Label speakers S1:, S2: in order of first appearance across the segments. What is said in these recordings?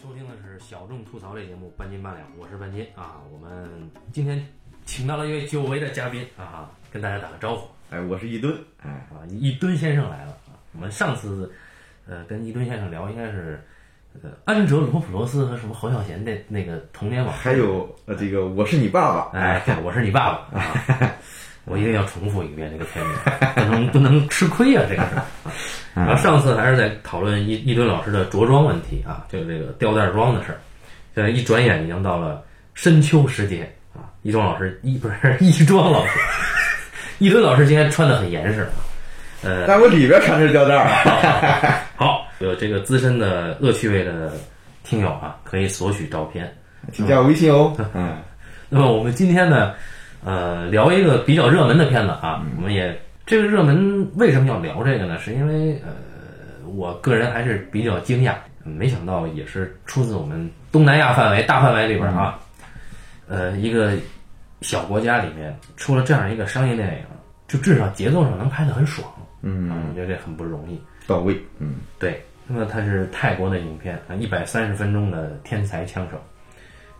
S1: 收听的是小众吐槽类节目《半斤八两》，我是半斤啊。我们今天请到了一位久违的嘉宾啊，跟大家打个招呼
S2: 哎，我是一吨，哎，
S1: 啊。一吨先生来了啊。我们上次呃跟一吨先生聊，应该是呃安哲罗普罗斯和什么侯孝贤那那个童年往事
S2: 还有呃这个我是你爸爸，
S1: 哎，对我是你爸爸啊！ 我一定要重复一遍这个片名，不能不能吃亏啊！这个事儿。然后上次还是在讨论一一吨老师的着装问题啊，就是这个吊带装的事儿。现在一转眼已经到了深秋时节啊，一庄老师一不是一庄老师， 一吨老师今天穿的很严实啊。呃，
S2: 但我里边全是吊带 儿。啊
S1: 好，有这个资深的恶趣味的听友啊，可以索取照片。
S2: 请加我微信 哦。嗯，
S1: 那么我们今天呢，呃，聊一个比较热门的片子啊，我们也这个热门为什么要聊这个呢？是因为呃，我个人还是比较惊讶，没想到也是出自我们东南亚范围大范围里边啊，呃，一个小国家里面出了这样一个商业电影，就至少节奏上能拍得很爽，嗯，我觉得这很不容易。
S2: 到位。嗯，
S1: 对，那么它是泰国的影片啊，一百三十分钟的天才枪手。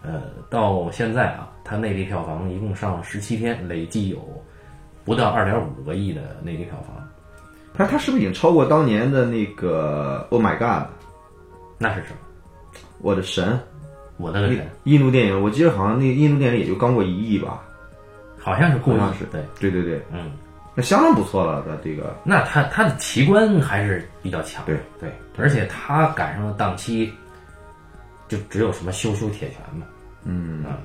S1: 呃，到现在啊，它内地票房一共上了十七天，累计有不到二点五个亿的内地票房，
S2: 他他是不是已经超过当年的那个 Oh My God，
S1: 那是什么？
S2: 我的神？
S1: 我的个
S2: 那
S1: 神，
S2: 印度电影，我记得好像那印度电影也就刚过一亿吧。
S1: 好像是故意
S2: 好像是
S1: 对，
S2: 对对对，
S1: 嗯，
S2: 那相当不错了的这个。
S1: 那它它的奇观还是比较强的，
S2: 对
S1: 对，而且它赶上了档期，就只有什么羞羞铁拳嘛，嗯啊，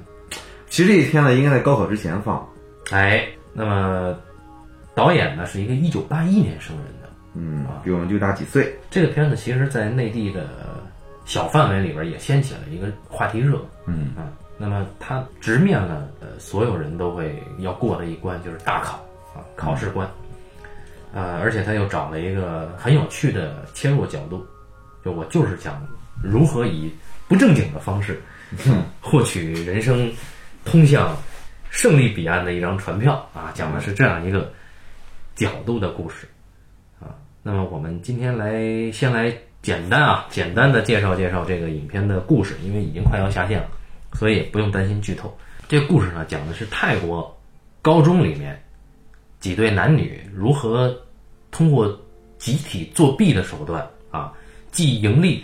S2: 其实这一天呢，应该在高考之前放。
S1: 哎，那么导演呢是一个一九八一年生人的，
S2: 嗯，比我们就大几岁。
S1: 这个片子其实，在内地的小范围里边也掀起了一个话题热。
S2: 嗯
S1: 啊，那么它直面了呃所有人都会要过的一关，就是大考啊，考试关。呃，而且他又找了一个很有趣的切入角度，就我就是讲如何以不正经的方式获取人生通向胜利彼岸的一张船票啊，讲的是这样一个角度的故事。啊那么我们今天来先来简单啊，简单的介绍介绍这个影片的故事，因为已经快要下线了，所以也不用担心剧透。这个故事呢，讲的是泰国高中里面几对男女如何通过集体作弊的手段啊，既盈利，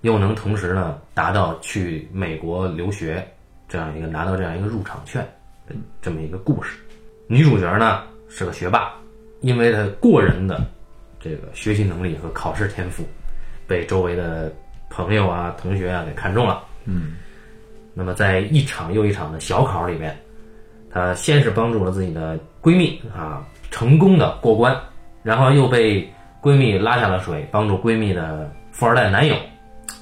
S1: 又能同时呢达到去美国留学这样一个拿到这样一个入场券的这么一个故事。女主角呢是个学霸，因为她过人的这个学习能力和考试天赋，被周围的朋友啊、同学啊给看中了。
S2: 嗯，
S1: 那么在一场又一场的小考里面，她先是帮助了自己的闺蜜啊，成功的过关，然后又被闺蜜拉下了水，帮助闺蜜的富二代男友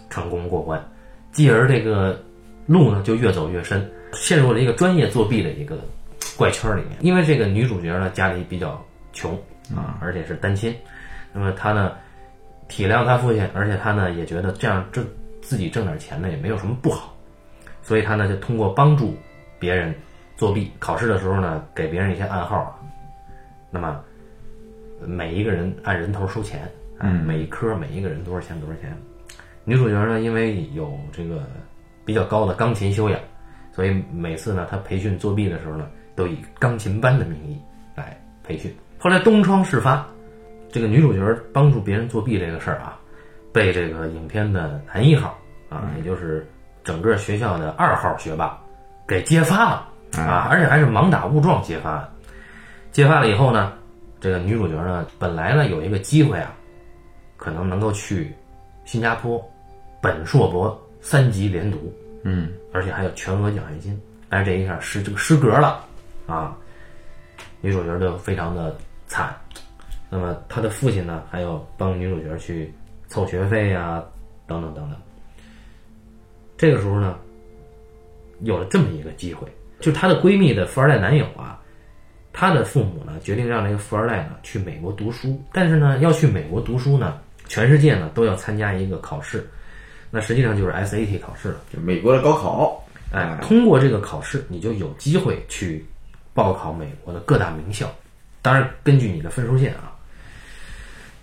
S1: 成功过关，继而这个路呢就越走越深，陷入了一个专业作弊的一个怪圈里面。因为这个女主角呢家里比较穷啊，而且是单亲，那么她呢体谅她父亲，而且她呢也觉得这样挣自己挣点钱呢也没有什么不好，所以她呢就通过帮助别人作弊，考试的时候呢给别人一些暗号啊，那么每一个人按人头收钱，啊，每一科每一个人多少钱多少钱。女主角呢，因为有这个比较高的钢琴修养，所以每次呢，她培训作弊的时候呢，都以钢琴班的名义来培训。后来东窗事发，这个女主角帮助别人作弊这个事儿啊，被这个影片的男一号啊，也就是整个学校的二号学霸给揭发了啊，而且还是盲打误撞揭发的。揭发了以后呢，这个女主角呢，本来呢有一个机会啊，可能能够去新加坡本硕博三级连读，
S2: 嗯，
S1: 而且还有全额奖学金，但是这一下失这个失格了啊，女主角就非常的惨。那么她的父亲呢，还要帮女主角去凑学费呀、等等等等。这个时候呢，有了这么一个机会，就她的闺蜜的富二代男友啊，他的父母呢，决定让这个富二代呢去美国读书，但是呢，要去美国读书呢，全世界呢都要参加一个考试，那实际上就是 SAT 考试了。
S2: 就美国的高考。
S1: 哎，通过这个考试，你就有机会去报考美国的各大名校，当然根据你的分数线啊。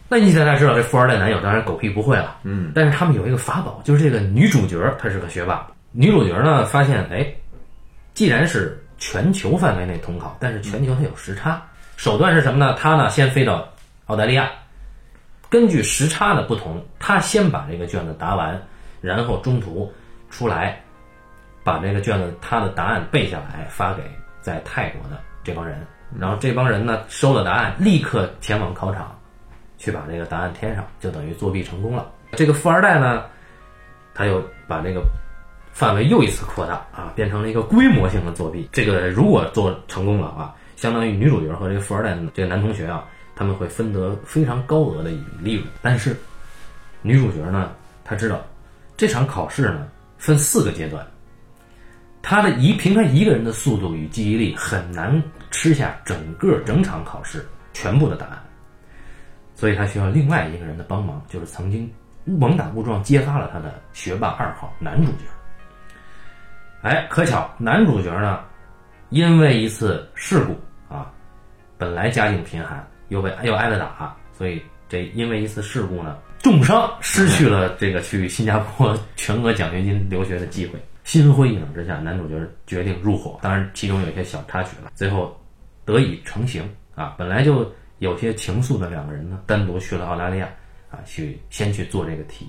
S1: 那你现在知道这富二代男友当然狗屁不会了，嗯，但是他们有一个法宝，就是这个女主角她是个学霸，女主角呢发现，哎，既然是全球范围内统考，但是全球它有时差，手段是什么呢？她呢先飞到澳大利亚，根据时差的不同，她先把这个卷子答完，然后中途出来，把这个卷子她的答案背下来发给在泰国的这帮人，然后这帮人呢收了答案，立刻前往考场。去把这个答案填上，就等于作弊成功了。这个富二代呢，他又把这个范围又一次扩大啊，变成了一个规模性的作弊。这个如果做成功了啊，相当于女主角和这个富二代这个男同学啊，他们会分得非常高额的一笔利润。但是女主角呢，她知道这场考试呢分四个阶段，她的一凭她一个人的速度与记忆力很难吃下整个整场考试全部的答案。所以他需要另外一个人的帮忙，就是曾经猛打误撞揭发了他的学霸二号男主角。哎，可巧男主角呢，因为一次事故啊，本来家境贫寒，又被又挨了打，所以这因为一次事故呢，重伤，失去了这个去新加坡全额奖学金留学的机会。心灰意冷之下，男主角决定入伙，当然其中有一些小插曲了，最后得以成型啊。本来就有些情愫的两个人呢，单独去了澳大利亚啊，去先去做这个题，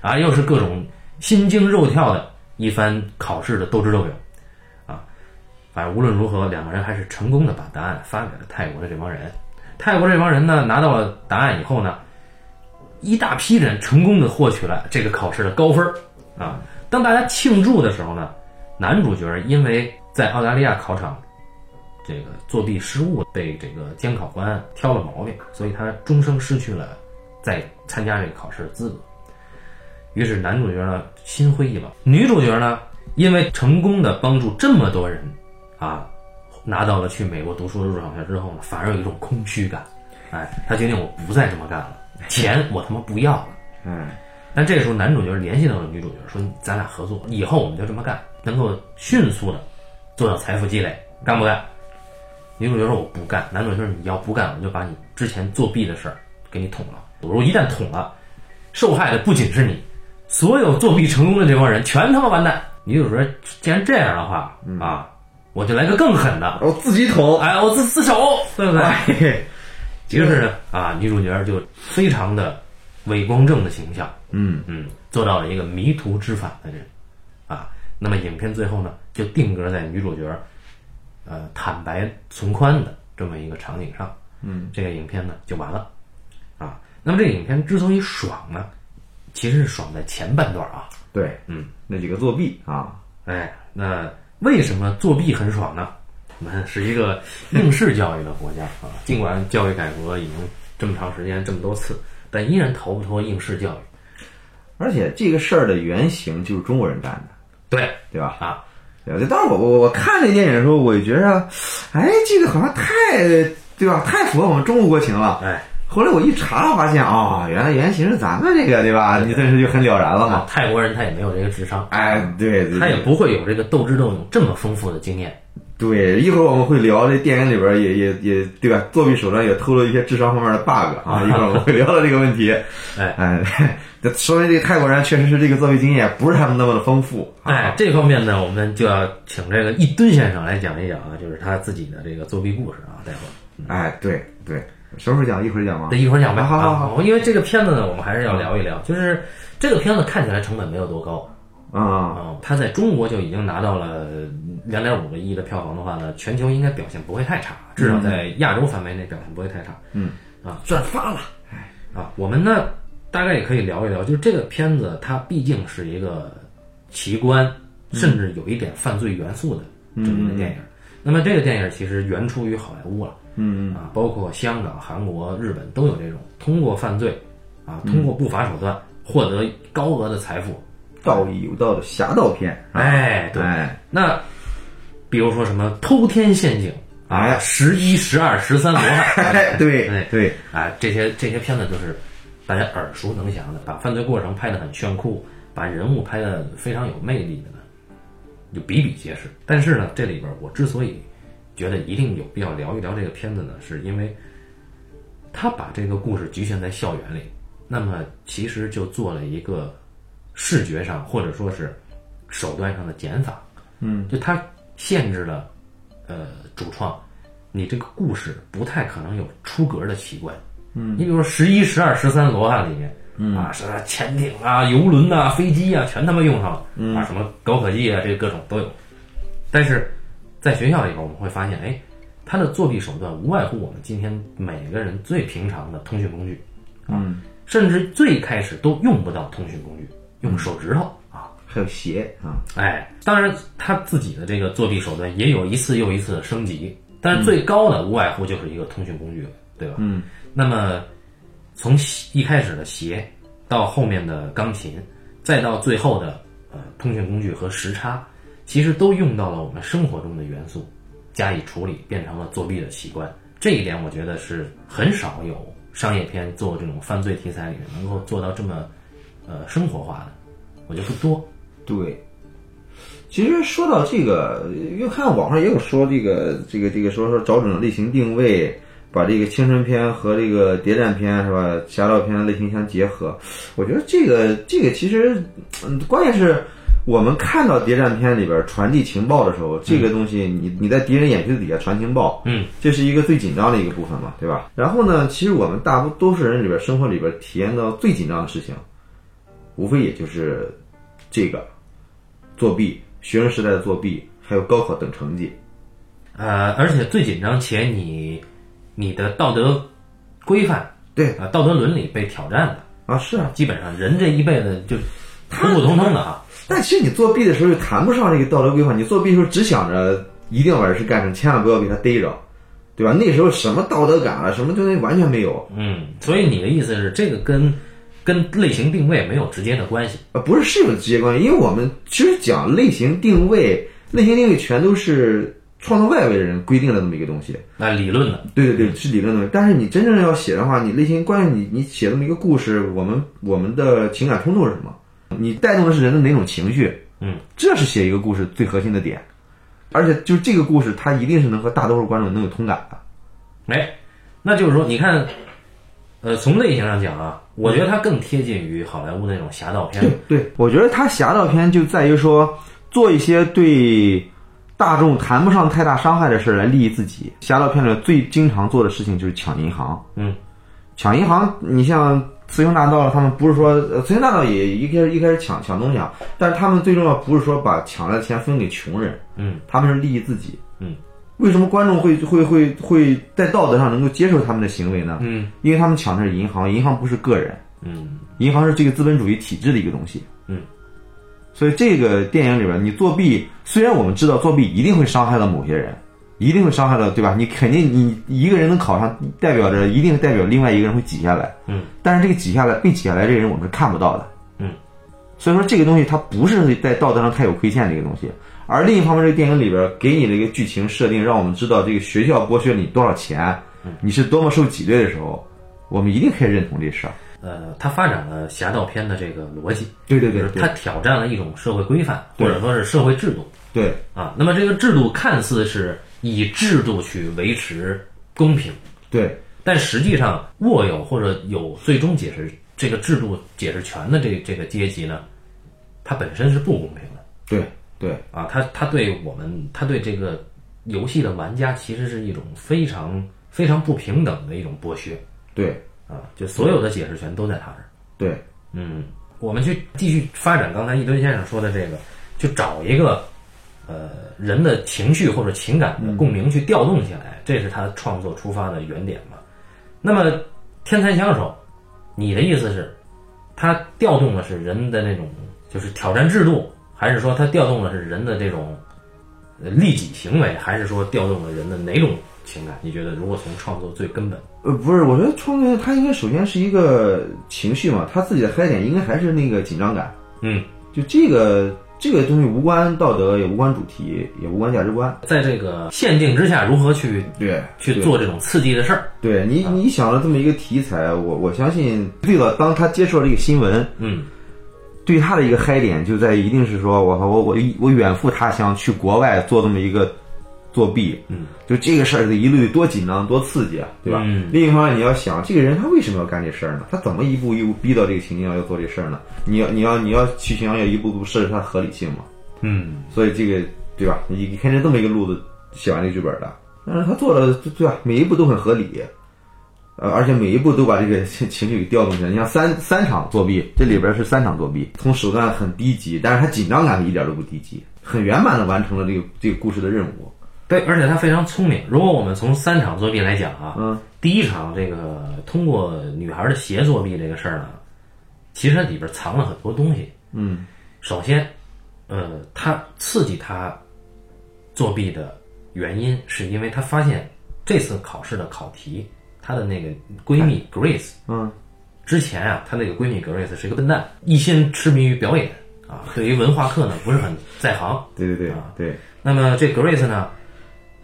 S1: 啊，又是各种心惊肉跳的一番考试的斗智斗勇，啊，反正无论如何，两个人还是成功的把答案发给了泰国的这帮人。泰国这帮人呢，拿到了答案以后呢，一大批人成功的获取了这个考试的高分儿啊。当大家庆祝的时候呢，男主角因为在澳大利亚考场这个作弊失误被这个监考官挑了毛病，所以他终生失去了再参加这个考试的资格。于是男主角呢心灰意冷，女主角呢因为成功的帮助这么多人啊，拿到了去美国读书的入场券之后呢，反而有一种空虚感。哎，他决定我不再这么干了，钱我他妈不要了。
S2: 嗯，
S1: 但这个时候，男主角联系到了女主角，说：“咱俩合作，以后我们就这么干，能够迅速的做到财富积累，干不干？”女主角说：“我不干。”男主角说：“你要不干，我就把你之前作弊的事儿给你捅了。我说一旦捅了，受害的不仅是你，所有作弊成功的这帮人全他妈完蛋。”女主角既然这样的话啊，我就来个更狠的，
S2: 我自己捅，
S1: 哎，我自自首，对不对？
S2: 哎，
S1: 于是呢，啊，女主角就非常的伪光正的形象，
S2: 嗯
S1: 嗯，做到了一个迷途知返的人，啊，那么影片最后呢，就定格在女主角，呃，坦白从宽的这么一个场景上，嗯，这个影片呢就完了，啊，那么这个影片之所以爽呢，其实是爽在前半段啊，
S2: 对，嗯，那几个作弊啊，
S1: 哎，那为什么作弊很爽呢？我们是一个应试教育的国家啊，尽管教育改革已经这么长时间、这么多次，但依然逃不脱应试教育。
S2: 而且这个事儿的原型就是中国人干的，
S1: 对
S2: 对吧？
S1: 啊，
S2: 对吧？就当时我我我看这电影的时候，我就觉着，哎，这个好像太对吧？太符合我们中国国情了。
S1: 哎，
S2: 后来我一查，发现哦，原来原型是咱们这个，对吧？你顿时就很了然了
S1: 啊
S2: 嘛。
S1: 泰国人他也没有这个智商，
S2: 哎，对，对
S1: 他也
S2: 对
S1: 不啊会有这个斗智斗勇这么丰富的经验。
S2: 对，一会儿我们会聊这电影里边也也也对吧？作弊手段也透露一些智商方面的 bug 啊，一会儿我们会聊到这个问题。
S1: 哎
S2: 哎， 这说明这个泰国人确实是这个作弊经验不是他们那么的丰富。啊
S1: 哎，，这方面呢，我们就要请这个一吨先生来讲一讲啊，就是他自己的这个作弊故事啊。待会儿，
S2: 哎，对对，什么时候讲？一会儿讲吗
S1: 那？一会儿讲吧。
S2: 好好
S1: 啊
S2: 好
S1: 因为这个片子呢，我们还是要聊一聊，就是这个片子看起来成本没有多高，
S2: 啊、
S1: 啊，它在中国就已经拿到了两点五个亿的票房的话呢，全球应该表现不会太差，至少在亚洲范围内表现不会太差。
S2: 嗯，
S1: 啊
S2: 转发了。
S1: 啊，我们呢大概也可以聊一聊，就是这个片子它毕竟是一个奇观，
S2: 嗯
S1: 甚至有一点犯罪元素的这么一个电影。那么这个电影其实原出于好莱坞了，
S2: 嗯
S1: 啊，包括香港、韩国、日本都有这种通过犯罪啊，通过不法手段获得高额的财富。
S2: 道义有道的侠盗片。
S1: 哎，对。
S2: 嗯哎，
S1: 那比如说什么偷天陷阱啊，
S2: 哎
S1: 十一、十二、十三罗汉，
S2: 哎， 对
S1: 哎
S2: 对，
S1: 啊，这些这些片子都是大家耳熟能详的，把犯罪过程拍得很炫酷，把人物拍得非常有魅力的呢，就比比皆是。但是呢，这里边我之所以觉得一定有必要聊一聊这个片子呢，是因为他把这个故事局限在校园里，那么其实就做了一个视觉上或者说是手段上的减法。嗯，就他限制了呃主创，你这个故事不太可能有出格的奇观。嗯，你比如说十一、十二、十三罗汉里面。嗯啊，什么潜艇啊、游轮啊、飞机啊，全他妈用上了、啊，什么高科技啊，这各种都有。但是在学校里边，我们会发现，哎，他的作弊手段无外乎我们今天每个人最平常的通讯工具，啊，甚至最开始都用不到通讯工具，用手指头啊，
S2: 还有鞋啊，
S1: 哎，当然他自己的这个作弊手段也有一次又一次的升级，但是最高的无外乎就是一个通讯工具，对吧？嗯，那么从一开始的鞋，到后面的钢琴，再到最后的呃通讯工具和时差，其实都用到了我们生活中的元素，加以处理，变成了作弊的习惯。这一点我觉得是很少有商业片做这种犯罪题材里面能够做到这么呃生活化的，我觉得不多。
S2: 对。其实说到这个，因为看网上也有说这个这个这个说说找准类型定位，把这个青春片和这个谍战片是吧，侠盗片的类型相结合。我觉得这个这个其实，嗯关键是我们看到谍战片里边传递情报的时候，这个东西你你在敌人眼皮子底下传情报，
S1: 嗯，
S2: 这是一个最紧张的一个部分嘛，对吧？然后呢，其实我们大多数人里边生活里边体验到最紧张的事情，无非也就是这个作弊，学生时代的作弊，还有高考等成绩。
S1: 呃，而且最紧张且你你的道德规范
S2: 对
S1: 啊、道德伦理被挑战的，
S2: 啊，是啊，
S1: 基本上人这一辈子 就普普通通的啊。
S2: 但其实你作弊的时候就谈不上这个道德规范，你作弊的时候只想着一定要把这事干成，千万不要被他逮着，对吧？那时候什么道德感啊，什么东西完全没有，
S1: 嗯，所以你的意思是这个跟跟类型定位没有直接的关系？
S2: 呃，不是是有直接关系，因为我们其实讲类型定位，类型定位全都是创造外围的人规定的这么一个东西。
S1: 那理论的，
S2: 对对对，是理论东西。但是你真正要写的话，你内心关于你你写这么一个故事，我们我们的情感冲突是什么？你带动的是人的哪种情绪？
S1: 嗯，
S2: 这是写一个故事最核心的点。而且就是这个故事，它一定是能和大多数观众能有同感的。
S1: 哎，那就是说，你看，呃，从类型上讲啊，我觉得它更贴近于好莱坞那种侠盗片。
S2: 对，我觉得他侠盗片就在于说做一些对大众谈不上太大伤害的事儿来利益自己。侠盗片里最经常做的事情就是抢银行。
S1: 嗯，
S2: 抢银行，你像雌雄大盗，他们不是说呃雌雄大盗也一开始一开始抢抢东西啊，但是他们最重要不是说把抢来的钱分给穷人，
S1: 嗯，
S2: 他们是利益自己。
S1: 嗯，
S2: 为什么观众会会会会在道德上能够接受他们的行为呢？
S1: 嗯，
S2: 因为他们抢的是银行，银行不是个人。
S1: 嗯
S2: 银行是这个资本主义体制的一个东西。
S1: 嗯，
S2: 所以这个电影里边，你作弊，虽然我们知道作弊一定会伤害到某些人，一定会伤害到，对吧？你肯定你一个人能考上，代表着一定代表另外一个人会挤下来。
S1: 嗯，
S2: 但是这个挤下来被挤下来这个人我们是看不到的。
S1: 嗯，
S2: 所以说这个东西它不是在道德上太有亏欠的一个东西。而另一方面，这个电影里边给你的一个剧情设定，让我们知道这个学校剥削你多少钱，
S1: 嗯
S2: 你是多么受挤兑的时候，我们一定可以认同这事儿。
S1: 呃，它发展了侠盗片的这个逻辑，
S2: 对对
S1: 就是它挑战了一种社会规范或
S2: 对
S1: 者说是社会制度
S2: 对，
S1: 啊。那么这个制度看似是以制度去维持公平，
S2: 对，
S1: 但实际上握有或者有最终解释这个制度解释权的这这个阶级呢，它本身是不公平的
S2: 对，对，
S1: 啊！它它对我们，它对这个游戏的玩家其实是一种非常非常不平等的一种剥削
S2: 对，
S1: 啊！就所有的解释权都在他这儿。
S2: 对，
S1: 嗯，我们去继续发展刚才一吨先生说的这个，去找一个呃人的情绪或者情感的共鸣去调动起来，这是他创作出发的原点嘛。那么《天才枪手》，你的意思是，他调动的是人的那种就是挑战制度，还是说他调动的是人的这种呃利己行为，还是说调动了人的哪种情感？你觉得如果从创作最根本，
S2: 呃，不是，我觉得创作他应该首先是一个情绪嘛，他自己的嗨点应该还是那个紧张感，
S1: 嗯，
S2: 就这个这个东西无关道德，也无关主题，也无关价值观，
S1: 在这个限定之下，如何去
S2: 对，
S1: 去做这种刺激的事儿？
S2: 对，对你你想了这么一个题材，我我相信最早当他接受这个新闻，
S1: 嗯
S2: 对他的一个嗨点就在一定是说，我我我我远赴他乡去国外做这么一个作弊，
S1: 嗯，
S2: 就这个事儿得一律多紧张多刺激啊，对吧？
S1: 嗯
S2: 另一方面，你要想这个人他为什么要干这事儿呢？他怎么一步一步逼到这个情境要做这事儿呢？你要你要你要去情要一步步设置他的合理性嘛？
S1: 嗯，
S2: 所以这个对吧？你你看这这么一个路子写完这个剧本的，但是他做的对对吧？每一步都很合理，呃，而且每一步都把这个情 情绪给调动起来。你像三三场作弊，这里边是三场作弊，从手段很低级，但是他紧张感一点都不低级，很圆满的完成了这个这个故事的任务。
S1: 对，而且他非常聪明。如果我们从三场作弊来讲啊，
S2: 嗯，
S1: 第一场这个通过女孩的鞋作弊这个事儿呢，其实里边藏了很多东西。
S2: 嗯
S1: 首先，呃，他刺激他作弊的原因，是因为他发现这次考试的考题，她的那个闺蜜 Grace
S2: 嗯
S1: 之前啊，她那个闺蜜 Grace 是一个笨蛋，一心痴迷于表演啊，对于文化课呢不是很在行。
S2: 对对对
S1: 啊
S2: 对，
S1: 那么这 Grace 呢，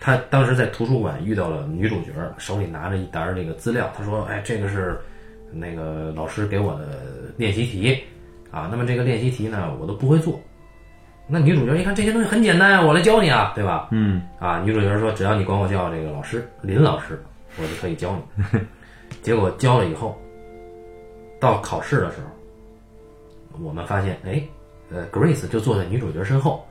S1: 她当时在图书馆遇到了女主角，手里拿着一沓那个资料，她说：“哎，这个是那个老师给我的练习题啊，那么这个练习题呢，我都不会做。”那女主角一看这些东西很简单啊，我来教你啊，对吧？
S2: 嗯
S1: 啊，女主角说：“只要你管我叫这个老师林老师，我就可以教你。”结果教了以后，到考试的时候，我们发现，哎，呃，Grace 就坐在女主角身后。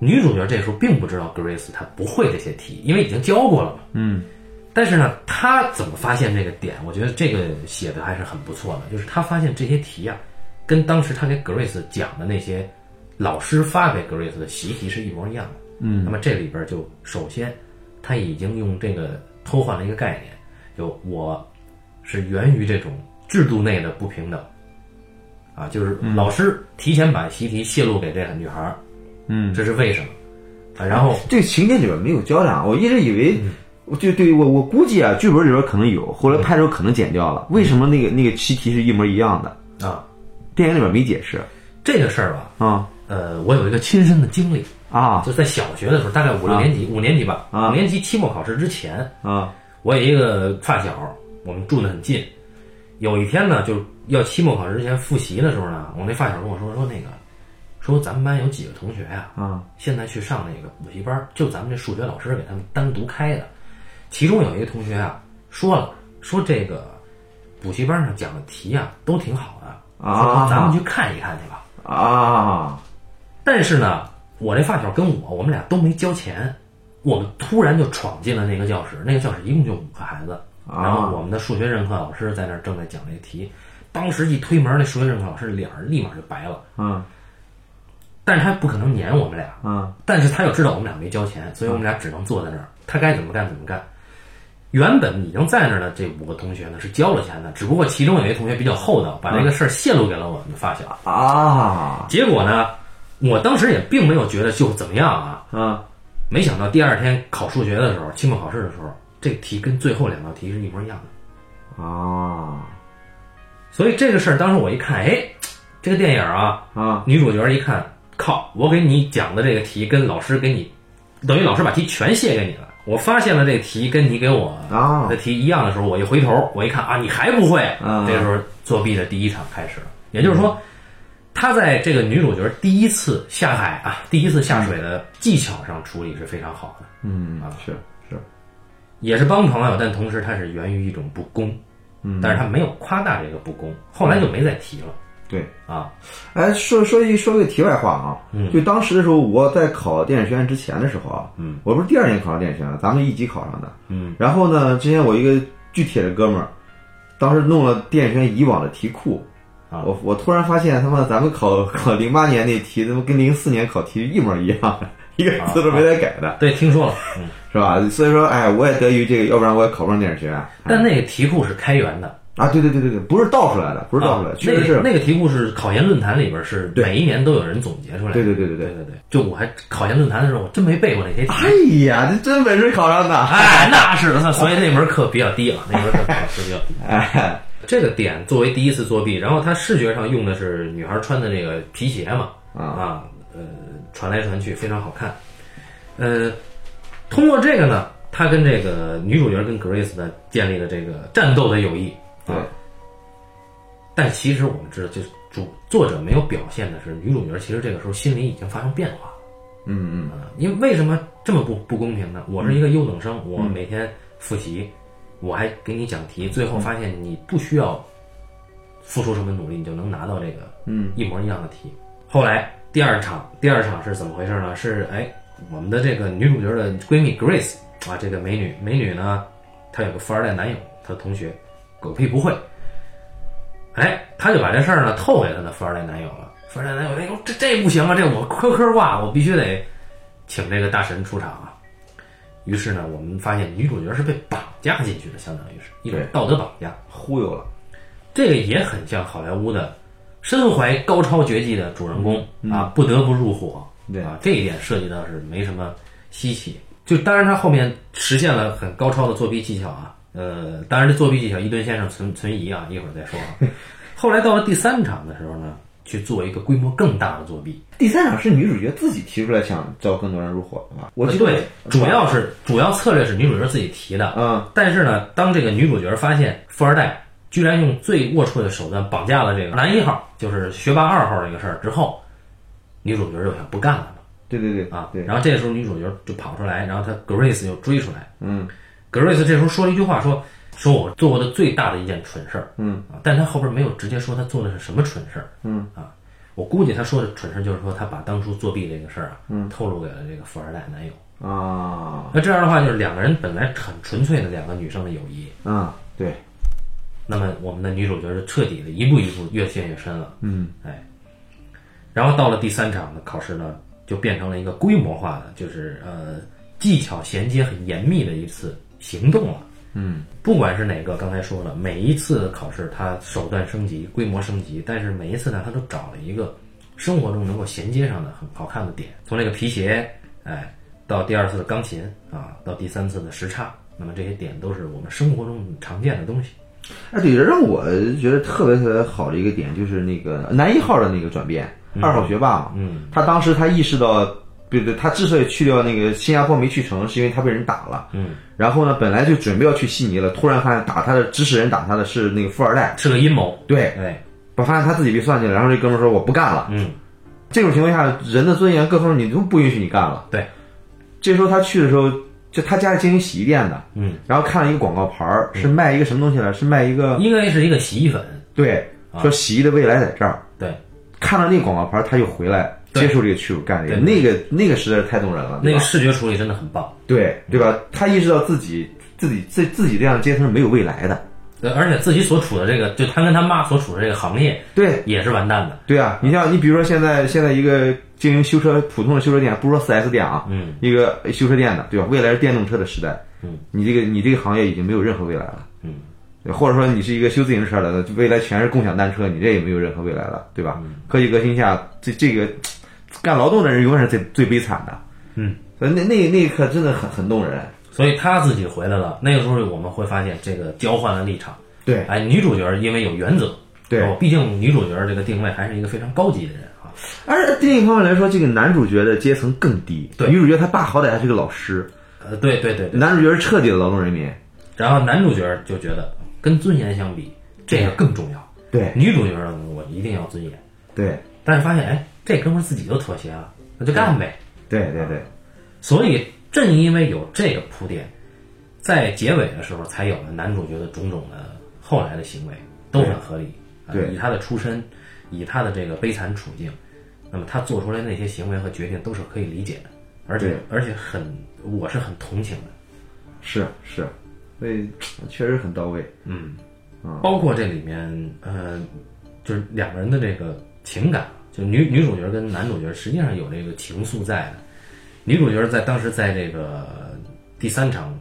S1: 女主角这时候并不知道 Grace 她不会这些题，因为已经教过了嘛。
S2: 嗯
S1: 但是呢，她怎么发现这个点？我觉得这个写的还是很不错的，就是她发现这些题啊，跟当时她给 Grace 讲的那些老师发给 Grace 的习题是一模一样的。
S2: 嗯
S1: 那么这里边就首先，他已经用这个偷换了一个概念，就我是源于这种制度内的不平等，啊，就是老师提前把习题泄露给这个女孩儿，
S2: 嗯，
S1: 这是为什么？啊，然后
S2: 这个情节里边没有交代啊，我一直以为。我就对我我估计啊，剧本里边可能有，后来拍的时候可能剪掉了。为什么那个那个习题是一模一样的？
S1: 啊，
S2: 电影里边没解释
S1: 这个事儿吧，
S2: 啊
S1: 呃，我有一个亲身的经历，
S2: 啊
S1: 就在小学的时候，大概五六年级，五年级吧，
S2: 啊
S1: 五年级期末考试之前，
S2: 啊！
S1: 我有一个发小，我们住得很近。有一天呢，就要期末考试之前复习的时候呢，我那发小跟我说说那个，说咱们班有几个同学呀、
S2: 啊，
S1: 现在去上那个补习班，就咱们这数学老师给他们单独开的。其中有一个同学啊，说了说这个补习班上讲的题啊都挺好的，
S2: 啊
S1: 说咱们去看一看去吧。
S2: 啊，
S1: 但是呢，我这发小跟我，我们俩都没交钱，我们突然就闯进了那个教室。那个教室一共就五个孩子，
S2: 啊
S1: 然后我们的数学任课老师在那儿正在讲这题。当时一推门，那数学任课老师脸儿立马就白了，
S2: 嗯
S1: 但是他不可能撵我们俩，
S2: 嗯
S1: 但是他又知道我们俩没交钱，所以我们俩只能坐在那儿，他该怎么干怎么干。原本已经在那儿的这五个同学呢是交了钱的，只不过其中有一个同学比较厚道，把这个事儿泄露给了我们的发小。
S2: 啊
S1: 结果呢，我当时也并没有觉得就怎么样啊，
S2: 嗯
S1: 没想到第二天考数学的时候，期末考试的时候，这题跟最后两道题是一模一样的。
S2: 啊
S1: 所以这个事儿，当时我一看，哎，这个电影啊，
S2: 啊
S1: 女主角一看，靠，我给你讲的这个题跟老师给你，等于老师把题全卸给你了。我发现了这题跟你给我
S2: 啊
S1: 的题一样的时候，我一回头，我一看啊，你还不会，
S2: 啊
S1: 这个时候作弊的第一场开始了。也就是说，他在这个女主角第一次下海啊，第一次下水的技巧上处理是非常好的。
S2: 嗯是是
S1: 也是帮朋友，但同时它是源于一种不公，
S2: 嗯
S1: 但是他没有夸大这个不公，后来就没再提了
S2: 对。
S1: 啊。
S2: 哎，说说一说个题外话啊，就当时的时候，我在考电影学院之前的时候啊，
S1: 嗯，
S2: 我不是第二年考上电影学院，咱们一级考上的。
S1: 嗯
S2: 然后呢，之前我一个巨铁的哥们儿，当时弄了电影学院以往的题库，
S1: 啊
S2: 我我突然发现他妈咱们考考零八年那题，他妈跟零四年考题一模一样， 一个
S1: 啊
S2: 字都没带改的。
S1: 对，听说 了，嗯，
S2: 是吧？所以说，哎，我也得益于这个，要不然我也考不上电影学院。
S1: 但那个题库是开源的，
S2: 啊，对对对对对，不是倒出来的，不是倒出来，
S1: 啊
S2: 确实是。
S1: 那个那个题库是考研论坛里边是
S2: 对
S1: 每一年都有人总结出来的。
S2: 对对对对
S1: 对
S2: 对。
S1: 对对，就我还考研论坛的时候，我真没背过那些 题。
S2: 哎呀，这真本事考上 的，
S1: 哎，那是的，所以那门课比较低了，那门课考试比较低。
S2: 哎，
S1: 这个点作为第一次作弊，然后他视觉上用的是女孩穿的那个皮鞋嘛，
S2: 啊
S1: 呃，传来传去非常好看。呃，通过这个呢，他跟这个女主角跟 Grace 呢建立了这个战斗的友谊。
S2: 对
S1: 啊，但其实我们知道，就是主作者没有表现的是，女主角其实这个时候心里已经发生变化了。
S2: 嗯
S1: 啊，因为为什么这么不不公平呢？我是一个优等生，我
S2: 嗯
S1: 每天复习，我还给你讲题，最后发现你不需要付出什么努力，你就能拿到这个
S2: 嗯
S1: 一模一样的题。后来第二场，第二场是怎么回事呢？是哎，我们的这个女主角的闺蜜 Grace 啊，这个美女，美女呢，她有个富二代男友，她同学狗屁不会，哎，她就把这事儿呢透给她的富二代男友了。富二代男友，哎呦，这这不行啊，这我科科挂，我必须得请这个大神出场啊。于是呢，我们发现女主角是被绑架进去的，相当于是一种
S2: 对
S1: 道德绑架。
S2: 忽悠了，
S1: 这个也很像好莱坞的身怀高超绝技的主人公、啊，不得不入伙。
S2: 对
S1: 啊，这一点涉及到是没什么稀奇。就当然他后面实现了很高超的作弊技巧啊，呃，当然这作弊技巧伊顿先生存存疑啊，一会儿再说啊。后来到了第三场的时候呢，去做一个规模更大的作弊。
S2: 第三场是女主角自己提出来想招更多人入伙的吧？我
S1: 呃
S2: 记得
S1: 对，主要是主要策略是女主角自己提的，
S2: 啊，
S1: 但是呢，当这个女主角发现富二代居然用最龌龊的手段绑架了这个男一号，就是学霸二号这个事儿之后，女主角就想不干了
S2: 对对对
S1: 嘛啊。
S2: 对，
S1: 然后这时候女主角就跑出来，然后她 Grace 就追出来。
S2: 嗯
S1: Grace 这时候说了一句话，说说我做过的最大的一件蠢事儿
S2: 嗯
S1: 啊，但她后边没有直接说她做的是什么蠢事儿。
S2: 嗯
S1: 啊，我估计她说的蠢事儿就是说她把当初作弊这个事儿啊，
S2: 嗯
S1: 透露给了这个富二代男友。
S2: 啊
S1: 那这样的话，就是两个人本来很纯粹的两个女生的友谊，
S2: 啊，对，
S1: 那么我们的女主角就彻底的一步一步越陷越深了。
S2: 嗯
S1: 哎，然后到了第三场的考试呢，就变成了一个规模化的，就是呃技巧衔接很严密的一次行动了。
S2: 嗯
S1: 不管是哪个，刚才说了，每一次考试它手段升级、规模升级，但是每一次呢，它都找了一个生活中能够衔接上的很好看的点，从这个皮鞋，哎，到第二次的钢琴啊，到第三次的时差，那么这些点都是我们生活中常见的东西。
S2: 哎，对，让我觉得特别特别好的一个点就是那个男一号的那个转变，二号学霸嘛，
S1: 嗯，
S2: 他当时他意识到，对对，他之所以去掉那个新加坡没去成，是因为他被人打了。
S1: 嗯，
S2: 然后呢，本来就准备要去悉尼了，突然发现打他的指使人打他的是那个富二代，
S1: 是个阴谋。
S2: 对，
S1: 哎，
S2: 把发现他自己被算计了，然后这哥们儿说我不干了。
S1: 嗯，
S2: 这种情况下，人的尊严各方面你都不允许你干了。
S1: 对，
S2: 这时候他去的时候，就他家是经营洗衣店的，
S1: 嗯，
S2: 然后看了一个广告牌儿，是卖一个什么东西来，是卖一个
S1: 应该是一个洗衣粉。
S2: 对，
S1: 啊
S2: 说洗衣的未来在这儿。
S1: 对，
S2: 看到那个广告牌儿，他又回来
S1: 对
S2: 接受这个屈辱，干这个，
S1: 对
S2: 那个那个实在是太动人了，
S1: 那
S2: 对
S1: 个
S2: 吧
S1: 视觉处理真的很棒，
S2: 对对吧？他意识到自己自己自自己这样的阶层是没有未来的，
S1: 呃，而且自己所处的这个，就他跟他妈所处的这个行业
S2: 对
S1: 也是完蛋的。
S2: 对啊，你像你比如说现在现在一个经营修车普通的修车店，不说四 S 店啊，
S1: 嗯，
S2: 一个修车店的，对吧？未来是电动车的时代，
S1: 嗯，
S2: 你这个你这个行业已经没有任何未来了，
S1: 嗯
S2: 对，或者说你是一个修自行车的，未来全是共享单车，你这也没有任何未来了，对
S1: 嗯
S2: 吧？科技革新下，这这个干劳动的人永远是最最悲惨的，
S1: 嗯，
S2: 所以那那那一刻真的很很动人，
S1: 所以他自己回来了。那个时候我们会发现这个交换了立场。
S2: 对
S1: 哎，女主角因为有原则，
S2: 对
S1: 哦毕竟女主角这个定位还是一个非常高级的人啊。
S2: 而另一方面来说，这个男主角的阶层更低，
S1: 对
S2: 女主角她爸好歹还是个老师，
S1: 呃，对对对对。
S2: 男主角是彻底的劳动人民，
S1: 然后男主角就觉得跟尊严相比，这个更重要。
S2: 对
S1: 女主角呢，我一定要尊严，
S2: 对
S1: 但是发现哎，这哥们儿自己都妥协了，那就干呗。
S2: 对对对，
S1: 所以正因为有这个铺垫，在结尾的时候才有了男主角的种种的后来的行为都很合理。啊
S2: 对
S1: 以他的出身，以他的这个悲惨处境，那么他做出来那些行为和决定都是可以理解的，而且
S2: 对
S1: 而且很，我是很同情的。
S2: 是是，所以确实很到位。
S1: 包括这里面，呃，就是两个人的这个情感，就女女主角跟男主角呃实际上有这个情愫在的。女主角在当时在这个第三场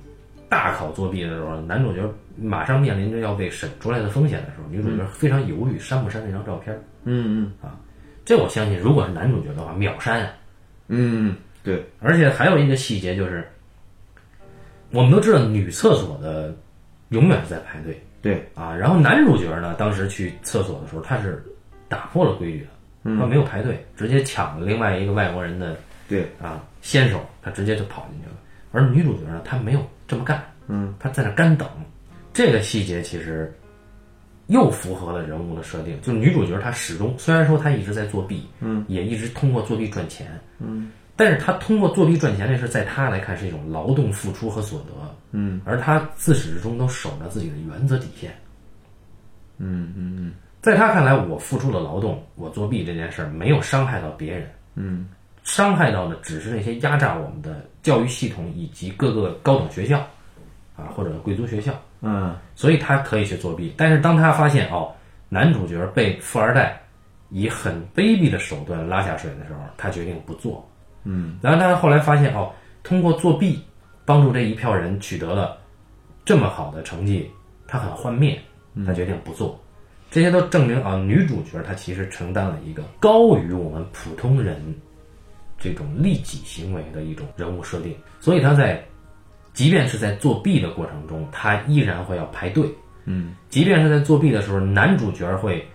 S1: 大考作弊的时候，男主角马上面临着要被审出来的风险的时候，女主角非常犹豫删不删那张照片儿。
S2: 嗯
S1: 这哎我相信，如果是男主角的话，秒删啊！
S2: 嗯嗯，对，
S1: 而且还有一个细节就是，我们都知道女厕所的永远是在排队，
S2: 对
S1: 啊，然后男主角呢，当时去厕所的时候，他是打破了规矩的，他没有排队，直接抢了另外一个外国人的
S2: 对，
S1: 啊先手，他直接就跑进去了。而女主角呢，她没有这么干，
S2: 嗯，
S1: 她在那干等。这个细节其实又符合了人物的设定，就是女主角她始终虽然说她一直在作弊，嗯，也一直通过作弊赚钱，嗯，但是他通过作弊赚钱这事，在他来看是一种劳动付出和所得，
S2: 嗯，
S1: 而他自始至终都守着自己的原则底线。
S2: 嗯嗯嗯
S1: 在他看来，我付出了劳动，我作弊这件事儿没有伤害到别人，
S2: 嗯
S1: 伤害到的只是那些压榨我们的教育系统以及各个高等学校，啊或者贵族学校，
S2: 嗯
S1: 所以他可以去作弊。但是当他发现哦，男主角被富二代以很卑鄙的手段拉下水的时候，他决定不做。
S2: 嗯，
S1: 然后他后来发现哦，通过作弊帮助这一票人取得了这么好的成绩，他很幻灭，他决定不做。这些都证明啊，女主角她其实承担了一个高于我们普通人这种利己行为的一种人物设定，所以她在即便是在作弊的过程中，她依然会要排队。
S2: 嗯，
S1: 即便是在作弊的时候，男主角会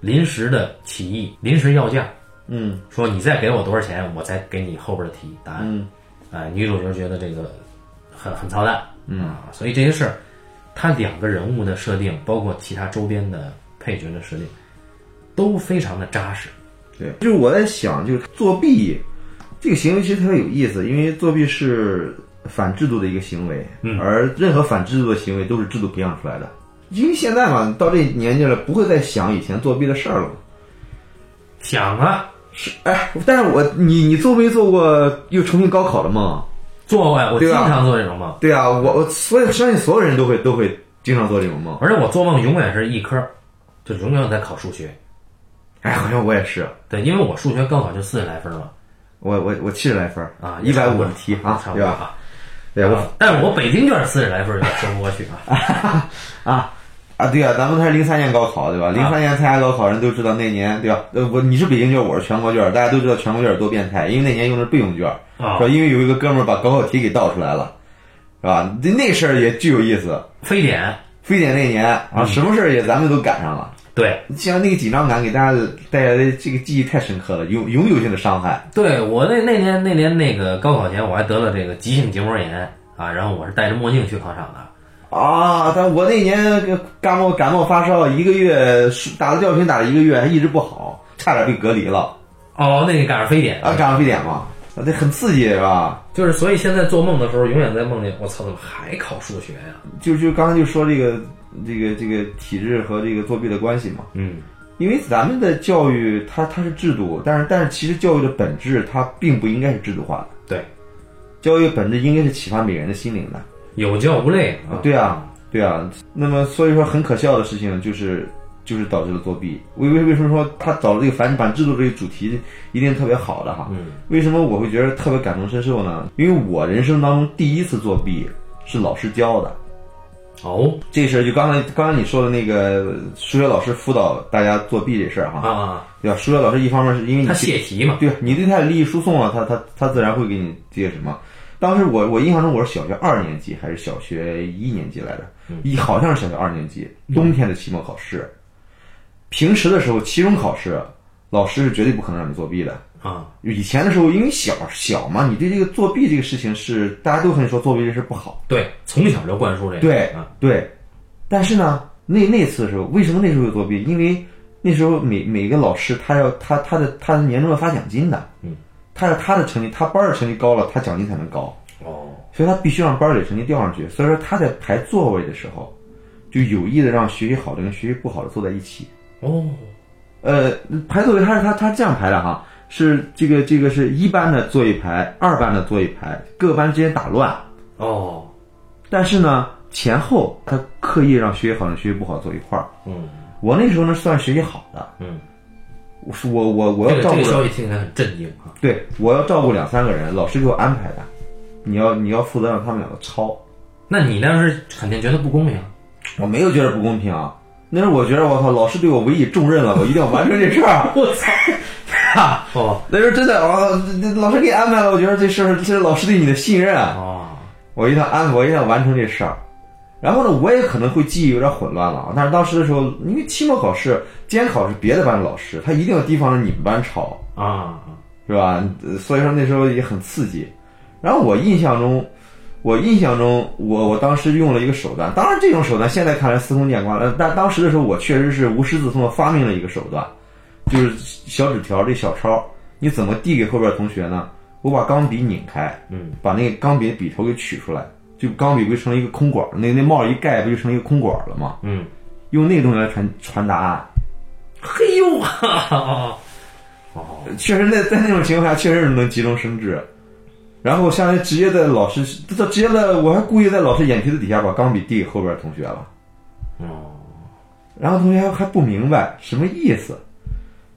S1: 临时的起义，临时要价，
S2: 嗯，
S1: 说你再给我多少钱，我再给你后边的题答案。
S2: 嗯
S1: 呃，女主角觉得这个很很操蛋，嗯、啊，所以这些事儿，他两个人物的设定，包括其他周边的配角的设定，都非常的扎实。
S2: 对，就是我在想，就是作弊这个行为其实特别有意思，因为作弊是反制度的一个行为，而任何反制度的行为都是制度培养出来的。因为现在嘛，到这年纪了，不会再想以前作弊的事儿了嘛。
S1: 想啊，
S2: 哎，但是我你你做没做过又重新高考的梦？
S1: 做呀，我经
S2: 对吧
S1: 常做这种梦，
S2: 对啊，我我所以相信所有人都会都会经常做这种梦。
S1: 而且我做梦永远是一科儿，就永远在考数学。
S2: 哎，好像我也是，
S1: 对，因为我数学高考就四十来分嘛，
S2: 我我我七十来分儿
S1: 啊，
S2: 一百
S1: 差不
S2: 五十
S1: 多
S2: 题啊，
S1: 差不
S2: 对
S1: 多
S2: 吧？
S1: 啊。
S2: 对我
S1: 啊但是我北京卷四十来分儿有点说不过去啊。
S2: 啊啊，对啊，咱们他是零三年高考对吧？零
S1: 啊
S2: 三年参加高考，人都知道那年对吧？呃，我你是北京卷，我是全国卷，大家都知道全国卷有多变态，因为那年用的是备用卷，
S1: 啊
S2: 是吧？因为有一个哥们儿把高考题给倒出来了，是吧？那那事儿也巨有意思。
S1: 非典，
S2: 非典那年
S1: 嗯
S2: 啊，什么事儿也咱们都赶上了。
S1: 对，
S2: 像那个紧张感给大家带来的这个记忆太深刻了，永永久性的伤害。
S1: 对我那那年那年那个高考前，我还得了这个急性结膜炎啊，然后我是戴着墨镜去考场的。
S2: 啊，但我那年感冒感冒发烧一个月，打了吊瓶打了一个月，还一直不好，差点被隔离了
S1: 哦，那个赶上非典
S2: 啊！赶上非典嘛，啊这很刺激是吧？
S1: 就是所以现在做梦的时候，永远在梦里，我操，怎么还考数学呀、
S2: 就就刚刚就说这个这个这个体制和这个作弊的关系嘛，
S1: 嗯，
S2: 因为咱们的教育它它是制度，但是但是其实教育的本质它并不应该是制度化的，
S1: 对，
S2: 教育本质应该是启发每个人的心灵的。
S1: 有教无类啊。
S2: 对啊，对啊。那么所以说很可笑的事情就是，就是导致了作弊。为为为什么说他找了这个反反制度这个主题一定特别好的哈？
S1: 嗯
S2: 为什么我会觉得特别感同身受呢？因为我人生当中第一次作弊是老师教的。
S1: 哦
S2: 这事儿就刚才刚才你说的那个数学老师辅导大家作弊这事儿哈，
S1: 啊，
S2: 对吧？数学老师一方面是因为你
S1: 他泄题嘛。
S2: 对啊你对他的利益输送了，他他他自然会给你这个什么。当时我我印象中我是小学二年级还是小学一年级来着，一好像是小学二年级，冬天的期末考试，平时的时候期中考试，老师是绝对不可能让你作弊的。
S1: 啊，
S2: 以前的时候，因为小小嘛，你对这个作弊这个事情是大家都很说作弊这事不好，
S1: 对，从小就灌输这个。
S2: 对
S1: 啊，
S2: 对，但是呢，那那次的时候，为什么那时候有作弊？因为那时候每每个老师他要他他的他的年终要发奖金的，
S1: 嗯，
S2: 他要他的成绩，他班儿的成绩高了，他奖金才能高，
S1: 哦，
S2: 所以他必须让班儿里成绩调上去。所以说他在排座位的时候，就有意的让学习好的跟学习不好的坐在一起。
S1: 哦，
S2: 呃，排座位他是他他这样排的哈，是这个这个是一班的坐一排，二班的坐一排，各班之间打乱。
S1: 哦，
S2: 但是呢，前后他刻意让学习好的、学习不好坐一块儿。
S1: 嗯
S2: 我那时候呢算是学习好的，
S1: 嗯，
S2: 我是我我我
S1: 这
S2: 要
S1: 个这
S2: 照顾
S1: 个消
S2: 两，
S1: 息听起来很震惊啊。
S2: 对我要照顾两三个人，老师给我安排的，你要你要负责让他们两个抄。
S1: 那你当时肯定觉得不公平。
S2: 我没有觉得不公平啊，那时候我觉得我靠，老师对我委以重任了，我一定要完成这事儿。
S1: 我操！ 哦
S2: 那时候真的，我那老师给安排了，我觉得这事儿这是老师对你的信任啊，
S1: 哦，
S2: 我一定要安排，我一定要完成这事儿。然后呢，我也可能会记忆有点混乱了啊，但是当时的时候，因为期末考试、监考是别的班的老师，他一定要提防着你们班抄。
S1: 啊啊，
S2: 是吧？呃所以说那时候也很刺激。然后我印象中，我印象中，我我当时用了一个手段，当然这种手段现在看来司空见惯了，但当时的时候我确实是无师自通的发明了一个手段，就是小纸条这小抄，你怎么递给后边同学呢？我把钢笔拧开，
S1: 嗯，
S2: 把那个钢笔的笔头给取出来，就钢笔不就成了一个空管儿？那那帽儿一盖不就成一个空管儿了吗？
S1: 嗯，
S2: 用那个东西来传传答案，
S1: 嘿呦啊，哦，
S2: 确实那在那种情况下确实能急中生智。然后相当于直接在老师，这直接在我还故意在老师眼皮子底下把钢笔递给后边儿同学了。
S1: 哦，
S2: 然后同学还还不明白什么意思。